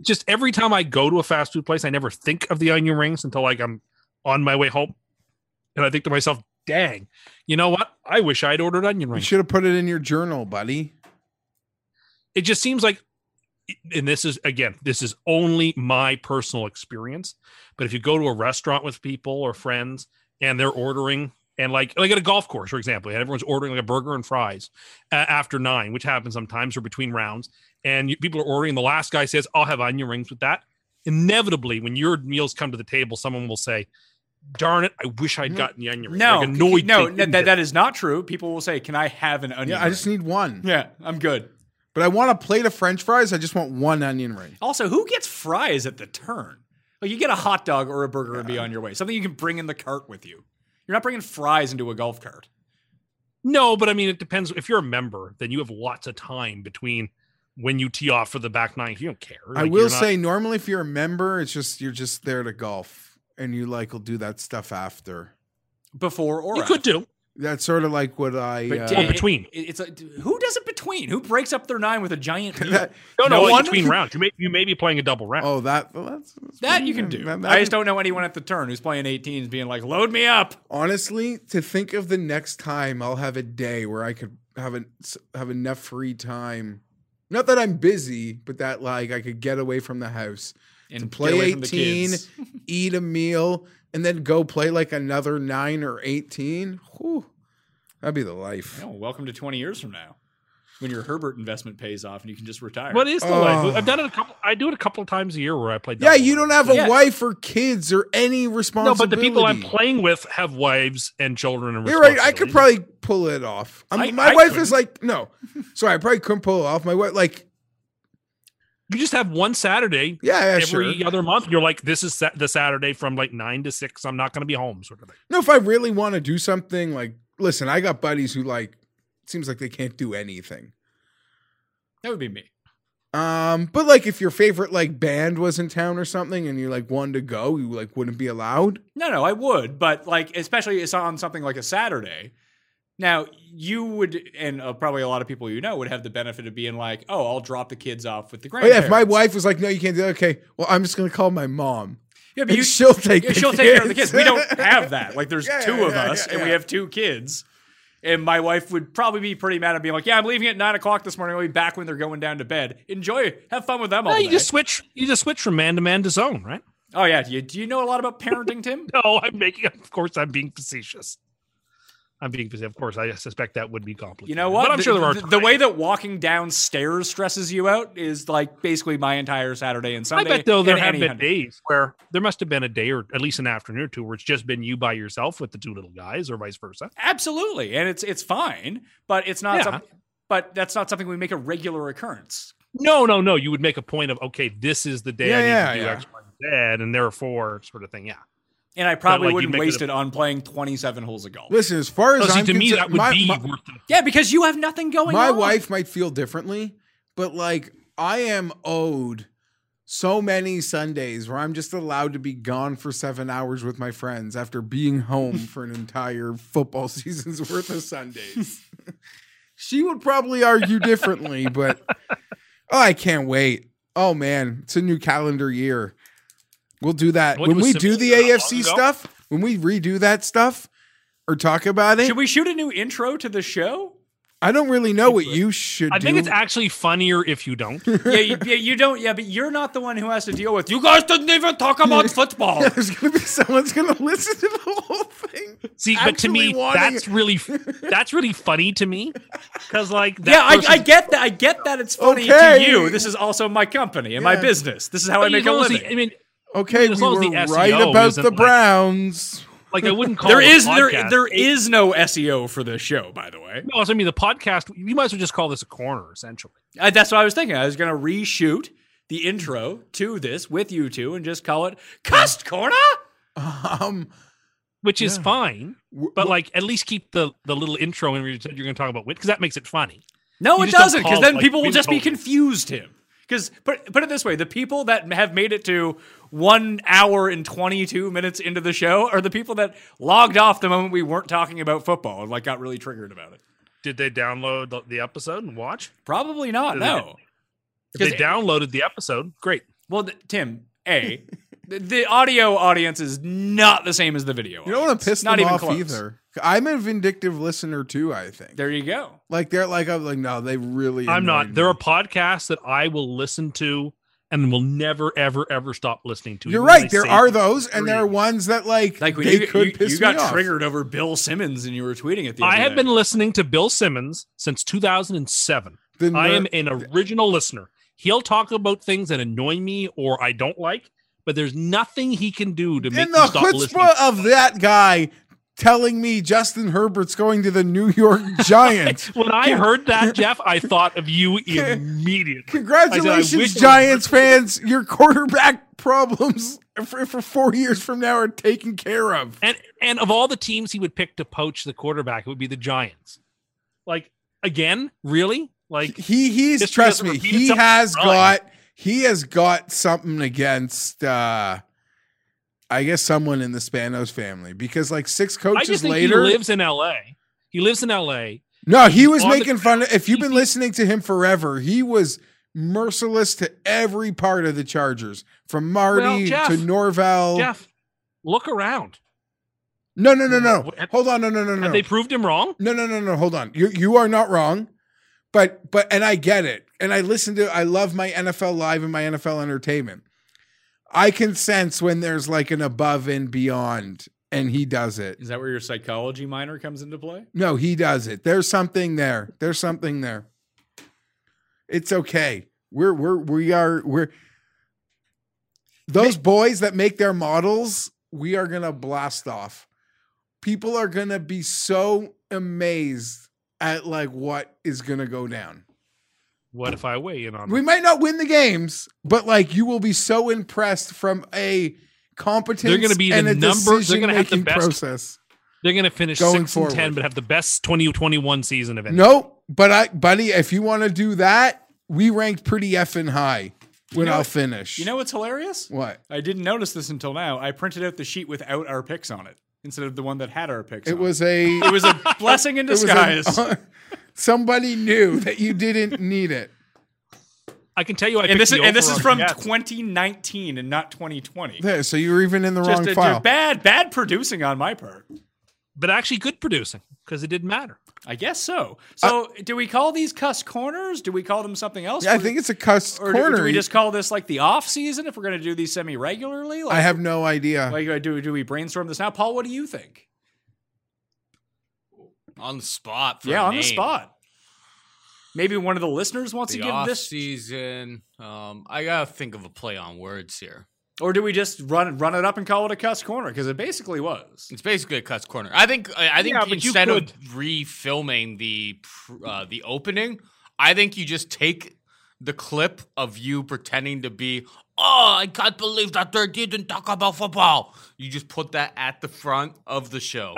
just every time I go to a fast food place, I never think of the onion rings until like I'm on my way home, and I think to myself, "Dang, you know what? I wish I'd ordered onion You rings." should have put it in your journal, buddy. It just seems like, and this is again, this is only my personal experience. But if you go to a restaurant with people or friends and they're ordering, and like like at a golf course, for example, and everyone's ordering like a burger and fries uh, after nine, which happens sometimes or between rounds, and you, people are ordering, the last guy says, "I'll have onion rings with that." Inevitably, when your meals come to the table, someone will say, "Darn it, I wish I'd gotten the onion rings." Mm-hmm. No, like annoyed no, they no, didn't. that, that is not true. People will say, "Can I have an onion?" Yeah, I just ring?" need one. Yeah, I'm good. But I want a plate of French fries. I just want one onion ring. Also, who gets fries at the turn? Like you get a hot dog or a burger and be on your way. Something you can bring in the cart with you. You're not bringing fries into a golf cart. No, but I mean, it depends. If you're a member, then you have lots of time between when you tee off for the back nine. You don't care. I Like, you're will not- say, normally, if you're a member, it's just you're just there to golf, and you like will do that stuff after. Before or you could after. do. That's sort of like what I. But uh, Dan- between. it- it's like, who does it between? Who breaks up their nine with a giant? meal? that- No, no, No like one- between rounds. You may you may be playing a double round. oh, that well, that's, that's that pretty you can good. do. That- that I just can- don't know anyone at the turn who's playing 18s being like, "Load me up." honestly to think of the next time I'll have a day where I could have an, have enough free time. Not that I'm busy, but that like I could get away from the house, And to get play away from the 18, kids. eat a meal, and then go play like another nine or 18. Whew, that'd be the life. No, welcome to 20 years from now, when your Herbert investment pays off and you can just retire. What is the Oh. life? I've done it a couple. I do it a couple of times a year where I play. Yeah, double you rounds. don't have a Yeah. wife or kids or any No, responsibility. but the people I'm playing with have wives and children. And You're right. I could responsibilities. probably pull it off. I'm, I- my I wife is like, no, sorry, I probably couldn't pull it off. My wife, like, You just have one Saturday yeah, yeah, sure. every other month. You're like, this is sa- the Saturday from like nine to six. I'm not going to be home, sort of thing. No, if I really want to do something, like, listen, I got buddies who like seems like they can't do anything. That would be me. Um, but like if your favorite like band was in town or something, and you like wanted to go, you like wouldn't be allowed. No, no, I would, but like especially it's on something like a Saturday. Now you would, and uh, probably a lot of people you know would have the benefit of being like, "Oh, I'll drop the kids off with the Oh, grandparents." yeah, if my wife was like, "No, you can't do that," okay, well, I'm just gonna call my mom. yeah, but And you, she'll take. yeah, the she'll take care of the kids. We don't have that. Like, there's Yeah, two yeah, of yeah, us, yeah, and we yeah. have two kids. And my wife would probably be pretty mad at being like, "Yeah, I'm leaving at nine o'clock this morning. I'll be back when they're going down to bed. Enjoy, have fun with them all No, day." you just switch. You just switch from man to man to zone, right? oh yeah, you, do you know a lot about parenting, Tim? No, I'm making. Of course, I'm being facetious. I'm being facetious. Of course, I suspect that would be complicated. You know what? But I'm the, sure there are the, the way that walking downstairs stresses you out is like basically my entire Saturday and I Sunday. bet though there and have any been Hunday. days where there must have been a day or at least an afternoon or two where it's just been you by yourself with the two little guys or vice versa. Absolutely, and it's it's fine, but it's not. Yeah. Some, but that's not something we make a regular occurrence. No, no, no. You would make a point of okay, this is the day Yeah, I need yeah, to do yeah. X, Y, and Z, and therefore sort of thing. Yeah. And I probably like, you wouldn't make it waste a- it on playing twenty-seven holes of golf. Listen, as far as So, Oh, see, I'm to me concerned- that would my- be my- worth it. Yeah, because you have nothing going my on. wife might feel differently, but like I am owed so many Sundays where I'm just allowed to be gone for seven hours with my friends after being home for an entire football season's worth of Sundays. she would probably argue differently, but oh, I can't wait. Oh man, it's a new calendar year. We'll do that What when was we do Simmons the not long AFC ago? stuff. When we redo that stuff, or talk about it. Should we shoot a new intro to the show? I don't really know what you should I do. think it's actually funnier if you don't. yeah, you, yeah, you don't. Yeah, but you're not the one who has to deal with. You guys didn't even talk about football. There's gonna be someone's gonna listen to the whole thing. See, but to Actually me, wanting that's really that's really funny to me because like that yeah, I, person's- I get that. I get that it's funny Okay. to you. This is also my company and my Yeah. business. This is how but I as make a long as the- living. I mean, Okay, As we long as were the right SEO about isn't the like- Browns. like I wouldn't call there it a is there podcast. there is no SEO for this show, by the way. No, so I mean the podcast. You might as well just call this a corner, essentially. I, Uh, that's what I was thinking. I was going to reshoot the intro to this with you two and just call it Cust Corner. Um, which is fine. W- But like, at least keep the the little intro when you said you're going to talk about wit because that makes it funny. No, You it just don't doesn't, because call then it, like, people will Vince just be Colton. confused him. Because put put it this way, the people that have made it to one hour and twenty two minutes into the show are the people that logged off the moment we weren't talking about football and like got really triggered about it. Did they download the- the episode and watch? Probably not. No. If they 'Cause it- downloaded the episode. Great. Well, th- Tim, a the, the audio audience is not the same as the video. you don't want audience. to piss not them even off close. either. I'm a vindictive listener too. I think There you go. like they're like I'm like no, they really. I'm not. annoyed There me. are podcasts that I will listen to and will never, ever, ever stop listening to. You're even when right. they There say are it. those, and there are ones that like, Like when they you, could you, piss you got me off. triggered over Bill Simmons and you were tweeting at the. I other have day. been listening to Bill Simmons since 2007. The I ner- am an original listener. He'll talk about things that annoy me or I don't like, but there's nothing he can do to make And me the stop listening. chutzpah of that guy telling me Justin Herbert's going to the New York Giants. When I heard that, Jeff, I thought of you immediately. Congratulations, wish it was- Giants fans! Your quarterback problems for, for four years from now are taken care of. And and of all the teams he would pick to poach the quarterback, it would be the Giants. Like again, really? Like He he's History trust doesn't me, repeat he itself. has Fine. got he has got something against uh I guess someone in the Spanos family because like six I coaches just think later he lives in L.A. He lives in L.A. No, he was on the making fun of if you've been listening to him forever, he was merciless to every part of the Chargers. From Marty Jeff- to Norvell. Jeff, look around. No, no, no, no. Have- Hold on, no, no, no, no. Have they proved him wrong? No, no, no, no. Hold on. You you are not wrong, but but and I get it. And I listen to. I love my NFL Live and my NFL Entertainment. I can sense when there's like an above and beyond, and he does it. Is that where your psychology minor comes into play? No, he does it. There's something there. There's something there. It's okay. We're we're we are we're those boys that make their models, we are gonna blast off. People are gonna be so amazed at like what is gonna go down. What if I weigh in on? We that? might not win the games, but like you will be so impressed from a competence. be the and a number- they're gonna have the decision-making best- process. They're going to finish Going six and forward. ten, but have the best 2021 season of any. Nope. But I, buddy, if you want to do that, we ranked pretty effing high when know I'll what- finish. You know what's hilarious? what? I didn't notice this until now. I printed out the sheet without our picks on it instead of the one that had our picks. It on was a. It was a blessing in it was a- disguise. somebody knew that you didn't need it. I can tell you, I and picked this is the and this over is on from the Jets. 2019 and not 2020. There, so you were even in the Just wrong a, file. just bad bad producing on my part. but actually good producing because it didn't matter. I guess so. So do we call these cuss corners? Do we call them something else? Uh, yeah, I Or- think it's a cuss or do- corner. Do, we just call this like the off season if we're going to do these semi regularly? Like, I have no idea. like uh, do do we brainstorm this now, Paul? What do you think? on the spot. For yeah, a on the name. spot. Maybe one of the listeners wants The to give off this, season. Um, I gotta think of a play on words here. or do we just run run it up and call it a cuss corner? Because it basically was. It's basically a cuts corner. I think. I I think Yeah, but you instead of refilming the pr- uh, the opening, I think you just take the clip of you pretending to be. Oh, I can't believe that they didn't talk about football. You just put that at the front of the show.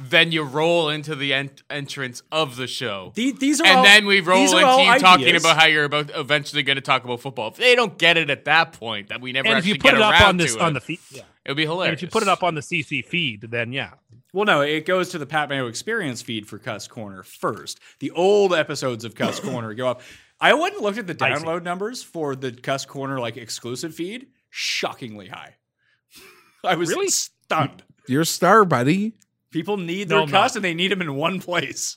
then you roll into the en- entrance of the show. The- these are and all- then we roll these into are you all talking ideas. about how you're about eventually going to talk about football. If they don't get it at that point, that we never and if actually you put get it up around on this to on it, the feed, it would be hilarious. and if you put it up on the CC feed, then yeah, Well, no, it goes to the Pat Mayo Experience feed for Cuss Corner first. The old episodes of Cuss Corner go up. I went and looked at the I see. download numbers for the Cuss Corner like exclusive feed. Shockingly high. I was Really? stunned. You're a star, buddy. People need No, their I'm not. cuss and they need them in one place.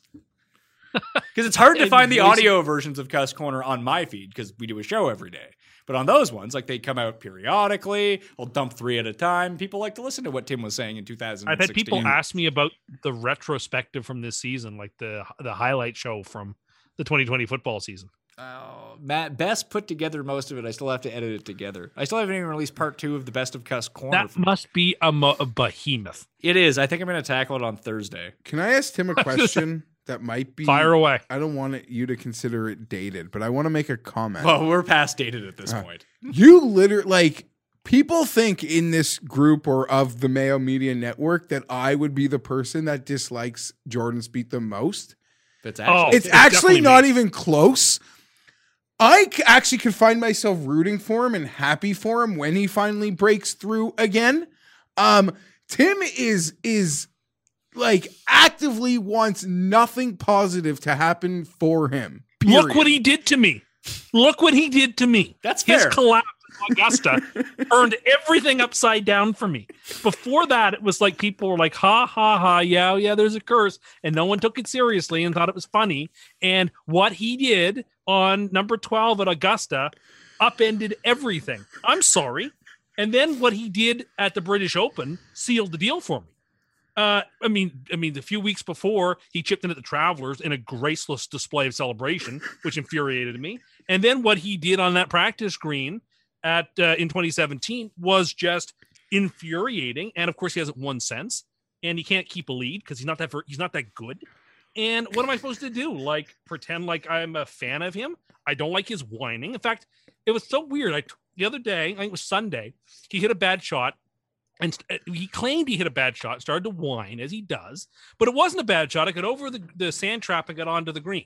Because it's hard to find the audio versions of Cuss Corner on my feed because we do a show every day. But on those ones, like they come out periodically. I'll dump three at a time. People like to listen to what Tim was saying in 2016. I've had people ask me about the retrospective from this season, like the the highlight show from the 2020 football season. Oh, Matt Best put together most of it. I still have to edit it together. I still haven't even released part two of the best of Cuss Corner. That must be a, mo- a behemoth. it is. I think I'm going to tackle it on Thursday. Can I ask Tim a question that might be Fire away. I don't want it, you to consider it dated, but I want to make a comment. Well, Oh, we're past dated at this point. you literally like people think in this group or of the Mayo Media Network that I would be the person that dislikes Jordan Speed the most. That's Oh, actually it's it's actually definitely not me. even close. I c- actually could find myself rooting for him and happy for him when he finally breaks through again. Um, Tim is is like actively wants nothing positive to happen for him. Look period. what he did to me. Look what he did to me. That's His fair. collapse in Augusta turned everything upside down for me. Before that, it was like people were like, ha, ha, ha, yeah, yeah, there's a curse. And no one took it seriously and thought it was funny. And what he did on number 12 at Augusta upended everything. I'm sorry. And then what he did at the British Open sealed the deal for me. Uh, I mean, I mean, the few weeks before he chipped in at the Travelers in a graceless display of celebration, which infuriated me. And then what he did on that practice green at uh, in 2017 was just infuriating. And of course, he hasn't won since, and he can't keep a lead because he's not that ver- he's not that good. And what am I supposed to do? Like pretend like I'm a fan of him? I don't like his whining. In fact, it was so weird. I t- the other day, I think it was Sunday, he hit a bad shot. And st- uh, he claimed he hit a bad shot, started to whine as he does, but it wasn't a bad shot. I got over the, the sand trap and got onto the green.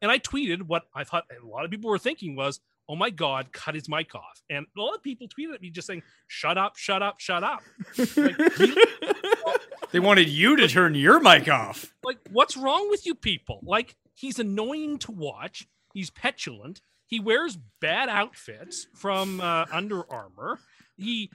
And I tweeted what I thought a lot of people were thinking was, oh my God, cut his mic off. And a lot of people tweeted at me just saying, shut up, shut up, shut up. Like, he- they wanted you to turn your mic off. like, what's wrong with you people? Like, he's annoying to watch. He's petulant. He wears bad outfits from uh, Under Armour. He,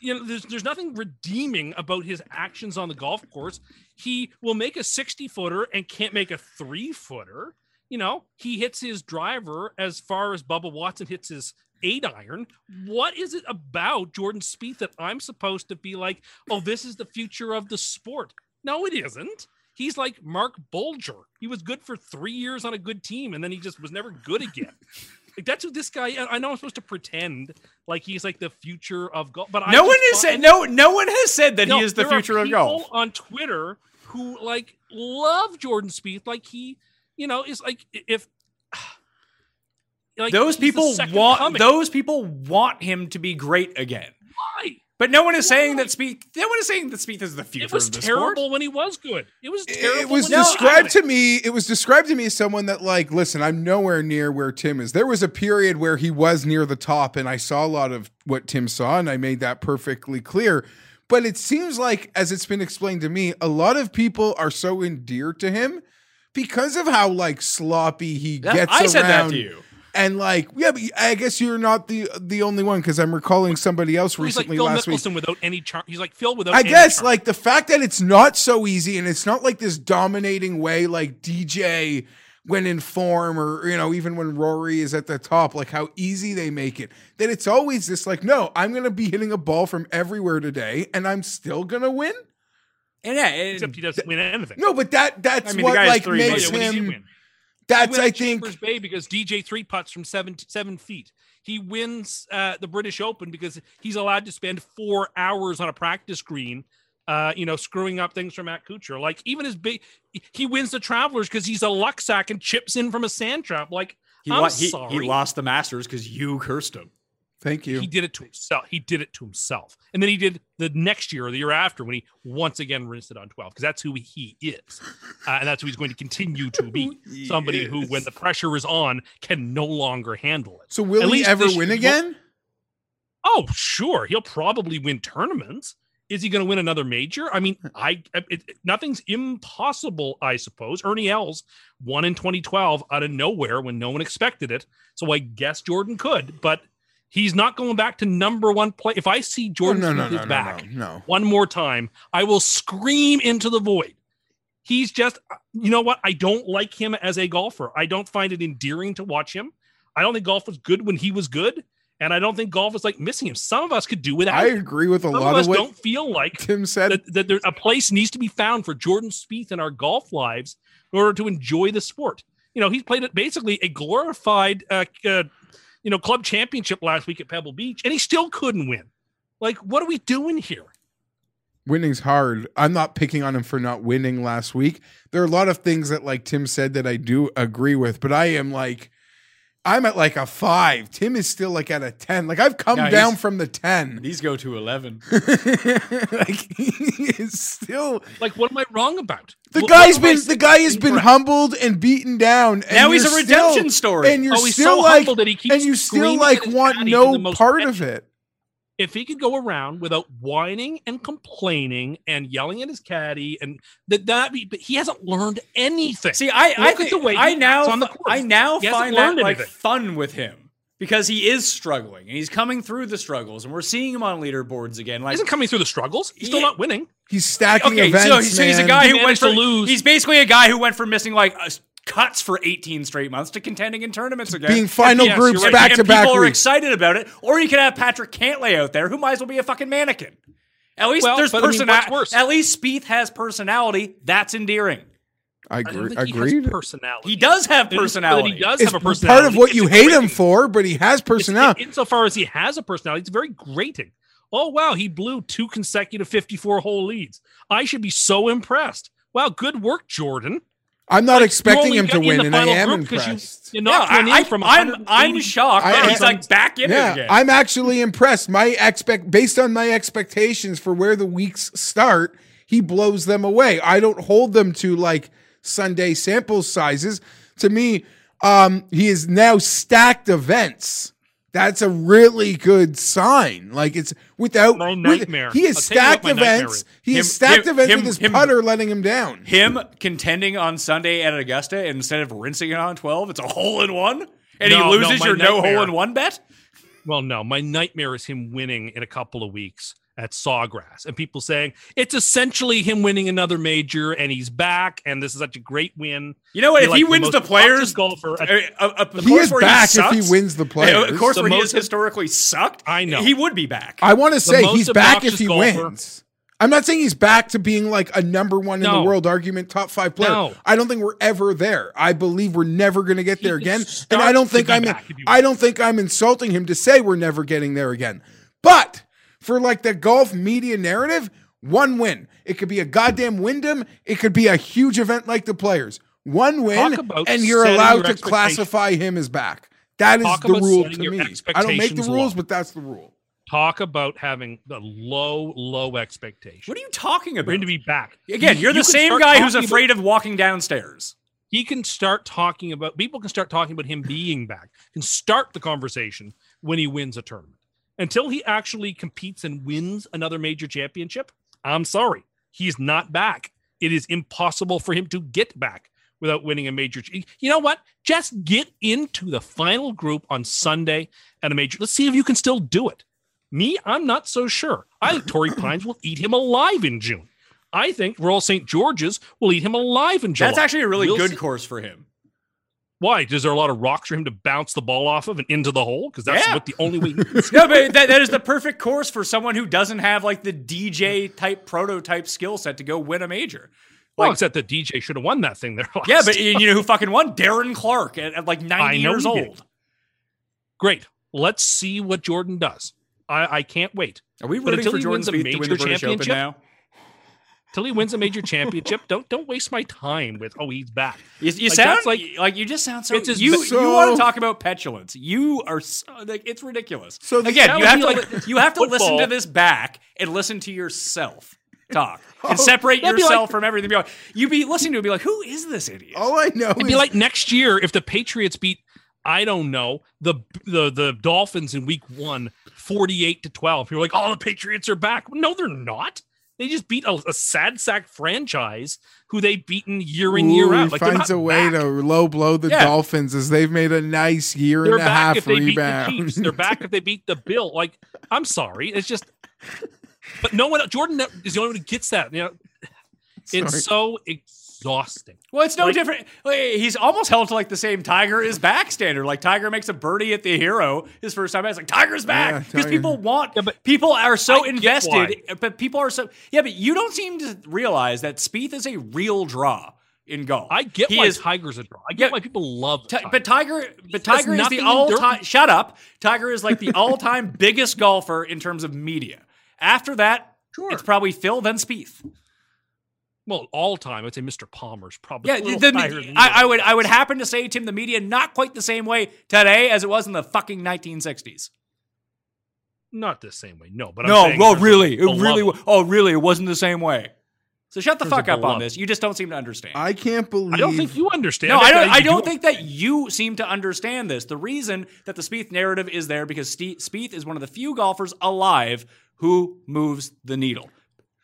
you know, there's, there's nothing redeeming about his actions on the golf course. He will make a 60 footer and can't make a three footer. You know, he hits his driver as far as Bubba Watson hits his eight iron. What is it about Jordan Spieth that I'm supposed to be like, oh, this is the future of the sport? No, it isn't. He's like Mark Bulger. He was good for three years on a good team, and then he just was never good again. like that's what this guy. I I know I'm supposed to pretend like he's like the future of golf, but I No one just has find- said no. No one has said that no, he is the there are future of people golf. On Twitter, who like love Jordan Spieth, like he, you know, is like if like those he's the people second want coming. those people want him to be great again. Why? But no one is saying Why? that Speeth. No one is saying that Speeth is the future. It was of the terrible Sport. when he was good. It was terrible. it was when he was described good. to me it was described to me as someone that like listen i'm nowhere near where tim is there was a period where he was near the top and i saw a lot of what tim saw and i made that perfectly clear but it seems like as it's been explained to me a lot of people are so endeared to him because of how like sloppy he That- gets I said that around to you. and like yeah but i guess you're not the the only one because i'm recalling somebody else He's like recently Phil last week Mickelson without any charm. He's like Phil without. I any guess charm. like the fact that it's not so easy and it's not like this dominating way like DJ when in form or you know even when Rory is at the top like how easy they make it that it's always this like no I'm going to be hitting a ball from everywhere today and I'm still going to win And yeah, and- except he doesn't win anything. no but that I that's mean, the what guy has like three makes votes. Oh, when he did him win. that's win I at think Chambers Bay because DJ three putts from seven seven feet. He wins uh, the British Open because he's allowed to spend four hours on a practice green, uh, you know, screwing up things for Matt Kuchar. Like even his big, he wins the Travelers because he's a luck sack and chips in from a sand trap. Like he, I'm wa- he, sorry, he lost the Masters because you cursed him. thank you He did it to himself. He did it to himself, and then he did the next year or the year after when he once again rinsed it on twelve because that's who he is, uh, and that's who he's going to continue to be. Somebody who, when the pressure is on, can no longer handle it. so will he least ever this win year- again Oh, sure, he'll probably win tournaments. Is he going to win another major? I mean, Hmm. I it, it- nothing's impossible, I suppose. Ernie Els won in 2012 out of nowhere when no one expected it, so I guess Jordan could. But He's not going back to number one play. If I see Oh, Jordan no, Smith no, is no, no, back no, no. one more time, I will scream into the void. He's just, you know what? I don't like him as a golfer. I don't find it endearing to watch him. I don't think golf was good when he was good. And I don't think golf is like missing him. Some of us could do without I him. agree with a Some lot of us of what don't feel like Tim said. that, that there, a place needs to be found for Jordan Spieth in our golf lives in order to enjoy the sport. You know, he's played it basically a glorified, uh, uh, you know, club championship last week at Pebble Beach, and he still couldn't win. Like, what are we doing here? winning's hard. I'm not picking on him for not winning last week. There are a lot of things that, like Tim said, that I do agree with, but I am like, I'm at like a five. Tim is still like at a 10. Like I've come No, he's- down from the 10. These go to 11. like he is still Like, what am I wrong about? the What- guy's what am I been the guy has saying been for- humbled and beaten down. And Now he's you're a still- redemption story. and you're Oh, he's still so like, humble that he keeps and you still screaming like at his want caddy in the no most part of petulance. it. If he could go around without whining and complaining and yelling at his caddy, and that that be, but he hasn't learned anything. See, I, I at think the way I he now acts on the fi- course. I now He hasn't find that learned like anything. fun with him because he is struggling and he's coming through the struggles and we're seeing him on leaderboards again. he Like isn't coming through the struggles. He's still Yeah. not winning. He's stacking okay, events. so, so he's a man. guy He who went managed for to lose. He's basically a guy who went from missing like uh, cuts for 18 straight months to contending in tournaments again, being final Yes, groups you're right. back and to back. People are weeks. excited about it, or you could have Patrick Cantlay out there, who might as well be a fucking mannequin. At least Well, there's but I mean, personality. what's worse? At least Spieth has personality. That's endearing. I I don't agree. think he has Agreed. personality. He does have It is- but personality. He does It's have a personality. part of what It's you hate him grating. for, but he has It's- personality. in- insofar as he has a personality, it's very grating. Oh wow, he blew two consecutive 54 hole leads. I should be so impressed. Wow, good work, Jordan. I'm not expecting only him to got in win, the and I final am group 'cause impressed. You, you No, knocked one I, in from I, am 180. I'm shocked I- that I- he's like back in it yeah, again. I'm actually impressed. My expect based on my expectations for where the weeks start, he blows them away. I don't hold them to like Sunday sample sizes. To me, um, he is now stacked events. That's a really good sign. Like it's without My with- nightmare. he has I'll tell you what stacked my nightmare events. is. He Him- has stacked him- events him- with his him- putter letting him down. Him contending on Sunday at Augusta instead of rinsing it on 12, it's a hole in one, and No, no, he loses my your no nightmare. hole in one bet. Well, no, my nightmare is him winning in a couple of weeks at Sawgrass and people saying it's essentially him winning another major and he's back and this is such a great win. You know what? You're If like he the wins most the players, uh, toxic golfer at a, a, a He course is where back sucks, if he wins the players. A course The where he most- has historically sucked. I know. he would be back. I want to say most he's back if obnoxious he golfer. wins. I'm not saying he's back to being like a number one in No. the world argument top five player. No. I don't think we're ever there. I believe we're never going to get He there can again. And start I don't to think be I'm back if he I don't think I'm insulting him to say we're never getting there again. But for like the golf media narrative, one win. It could be a goddamn Wyndham. It could be a huge event like the Players. One win, Talk about and you're setting allowed your to expectations. classify him as back. That is Talk the about rule setting to your me. I don't make the expectations rules, low. but that's the rule. talk about having the low, low expectation. What are you talking for about? him to be back. Again, He- you're the you can same start guy who's talking about- afraid of walking downstairs. he can start talking about people can start talking about him being back. Can start the conversation when he wins a tournament. Until he actually competes and wins another major championship, I'm sorry, he's not back. It is impossible for him to get back without winning a major. ch- You know what? Just get into the final group on Sunday at a major. Let's see if you can still do it. Me, I'm not so sure. I think Tory Pines will eat him alive in June. I think Royal St. George's will eat him alive in July. That's actually a really We'll good see. course for him. Why? Is there a lot of rocks for him to bounce the ball off of and into the hole? Because that's Yeah. what the only way. He no, but that, that is the perfect course for someone who doesn't have like the DJ type prototype skill set to go win a major. well, Like- except that DJ should have won that thing there. Last Yeah, but time. you know who fucking won? Darren Clark at, at like 90 I know years he old. did. great. Let's see what Jordan does. I, I can't wait Are we But rooting until for he Jordan wins Spieth a to win major the British Open championship- now? till he wins a major championship. don't don't waste my time with oh he's back. You, you Like, sound that's like like- like you just sound so. It's his- you So- you want to talk about petulance? You are so, like it's ridiculous. So the- again, that you would have be to like li- you have to listen to football. this back and listen to yourself talk and separate that'd be yourself like- from everything. Be like- You'd be listening to it, and be like, who is this idiot? All I know It'd is be like next year if the Patriots beat I don't know the the the Dolphins in Week One, 48 to twelve. You're like, oh the Patriots are back. No, they're not. They just beat a, a sad sack franchise who they've beaten year in year Ooh, out. He Like, they're finds not a way back. to low blow the Yeah. Dolphins as they've made a nice year They're and a back half if they rebound. beat the Chiefs. They're back if they beat the Bill. Like, I'm sorry, it's just. But no one, Jordan is the only one who gets that. You know, Sorry. it's so exhausting. Well, it's no Like- different. like, he's almost held to like the same Tiger is back standard. Like Tiger makes a birdie at the hero his first time. It's like Tiger's Yeah, back because Tiger. people want. Yeah, but people are so I get invested. But people are so yeah. But you don't seem to realize that Spieth is a real draw in golf. I get he why is Tiger's a draw. I get Yeah. why people love. Ti- Tiger. but Tiger, but He has Tiger is nothing the in all dirt. time. Shut up. Tiger is like the all time biggest golfer in terms of media. After that, Sure. it's probably Phil then Spieth. well, all time, I'd say Mr. Palmer's probably. Yeah, a little the, higher than I, I yours. would I would happen to say Tim the media not quite the same way today as it was in the fucking 1960s. not the same way. No, but I'm No, saying well, in terms of really, it beloved. really, wa- oh, really, it wasn't the same way. So shut the terms of fuck up on beloved. this. You just don't seem to understand. I can't believe. I don't think you understand. no, I don't. that I you don't think that you seem to understand this. The reason that the Spieth narrative is there because Ste Spieth is one of the few golfers alive who moves the needle.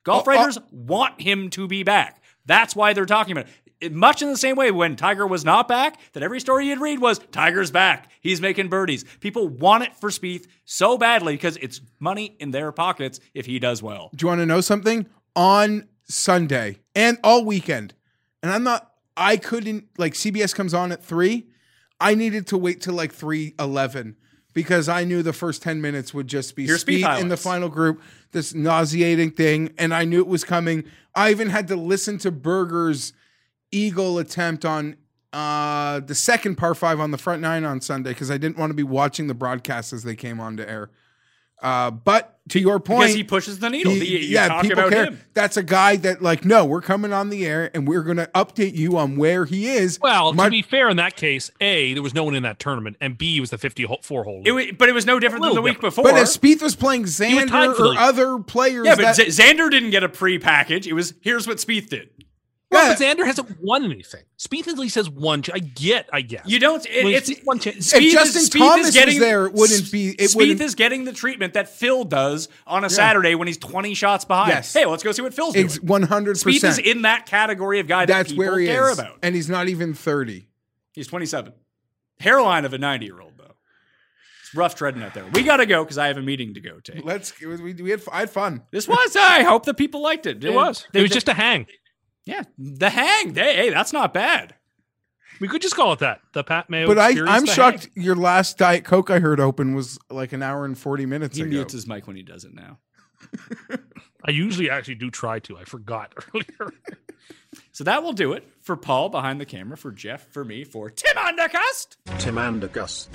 Golf Oh, oh. writers want him to be back. That's why they're talking about it. it. Much in the same way when Tiger was not back, that every story you'd read was Tiger's back. He's making birdies. People want it for Spieth so badly because it's money in their pockets if he does well. Do you want to know something? On Sunday and all weekend, and I'm not. I couldn't like CBS comes on at three. I needed to wait till like three eleven because I knew the first ten minutes would just be Your speed speed in the highlights. final group. This nauseating thing, and I knew it was coming. I even had to listen to Berger's eagle attempt on uh the second par five on the front nine on Sunday because I didn't want to be watching the broadcast as they came on to air. Uh, but to your point, Because he pushes the needle. he- You- you talk about him. That's a guy that, like, no, we're coming on the air and we're going to update you on where he is. Well, My- to be fair, in that case, a there was no one in that tournament, and b was the fifty-four hole. It, wa- but it was no different than the little week different. before. but if Spieth was playing was tied Xander for or the- other players, Yeah, but that, Z- Xander didn't get a pre-package. It was here's what Spieth did. Well, but Yeah. Xander hasn't won anything. Speed at least has one. ch- I get, I guess. You don't. It, Well, it's Spieth won ch- Spieth is- Justin Spieth Thomas is was getting, there, it wouldn't be- it Spieth wouldn't- is getting the treatment that Phil does on a Saturday when he's twenty shots behind. Yes. Hey, let's go see what Phil's it's doing. 100%. Spieth is in that category of guy that that's people where he care is. about. And he's not even 30. He's twenty-seven. Hairline of a ninety-year-old though. It's rough treading out there. We gotta go because I have a meeting to go to. Let's, it was- we, we had, I had fun. This was. I hope the people liked it. it was. It was just a hang. yeah. The hang. Hey, hey, that's not bad. We could just call it that. The Pat Mayo. But I, Experience, I'm the shocked your last Diet Coke I heard open was like an hour and 40 minutes He ago. mutes his mic when he does it now. hang. I usually actually do try to. I forgot earlier. So that will do it for Paul behind the camera, for Jeff, for me, for Tim Undercust. Tim Andergust.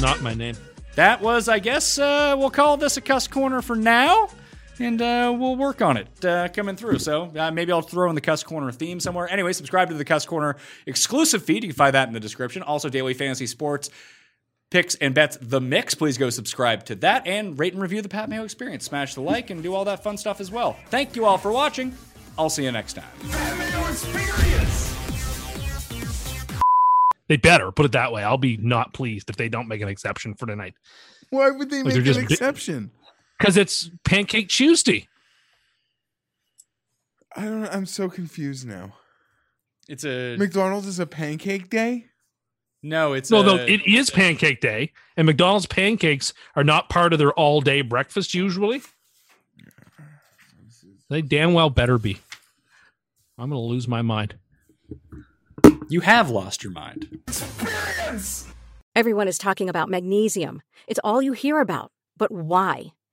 Not my name. That was, I guess, uh, we'll call this a cuss corner for now, and uh, we'll work on it uh, coming through. So uh, maybe I'll throw in the cuss corner theme somewhere. Anyway, subscribe to the cuss corner exclusive feed. You can find that in the description. Also, daily fantasy sports. Picks and bets, the mix. Please go subscribe to that and rate and review the Pat Mayo experience. Smash the like and do all that fun stuff as well. Thank you all for watching. I'll see you next time. They better put it that way. I'll be not pleased if they don't make an exception for tonight Why would they Like, make they're an just bi- exception? because it's Pancake Tuesday. I don't I'm so confused now. It's a McDonald's is a pancake day? no. It's No, a, no, it is Pancake Day, and McDonald's pancakes are not part of their all-day breakfast usually. They damn well better be. I'm gonna lose my mind. You have lost your mind. Everyone is talking about magnesium. It's all you hear about. But why?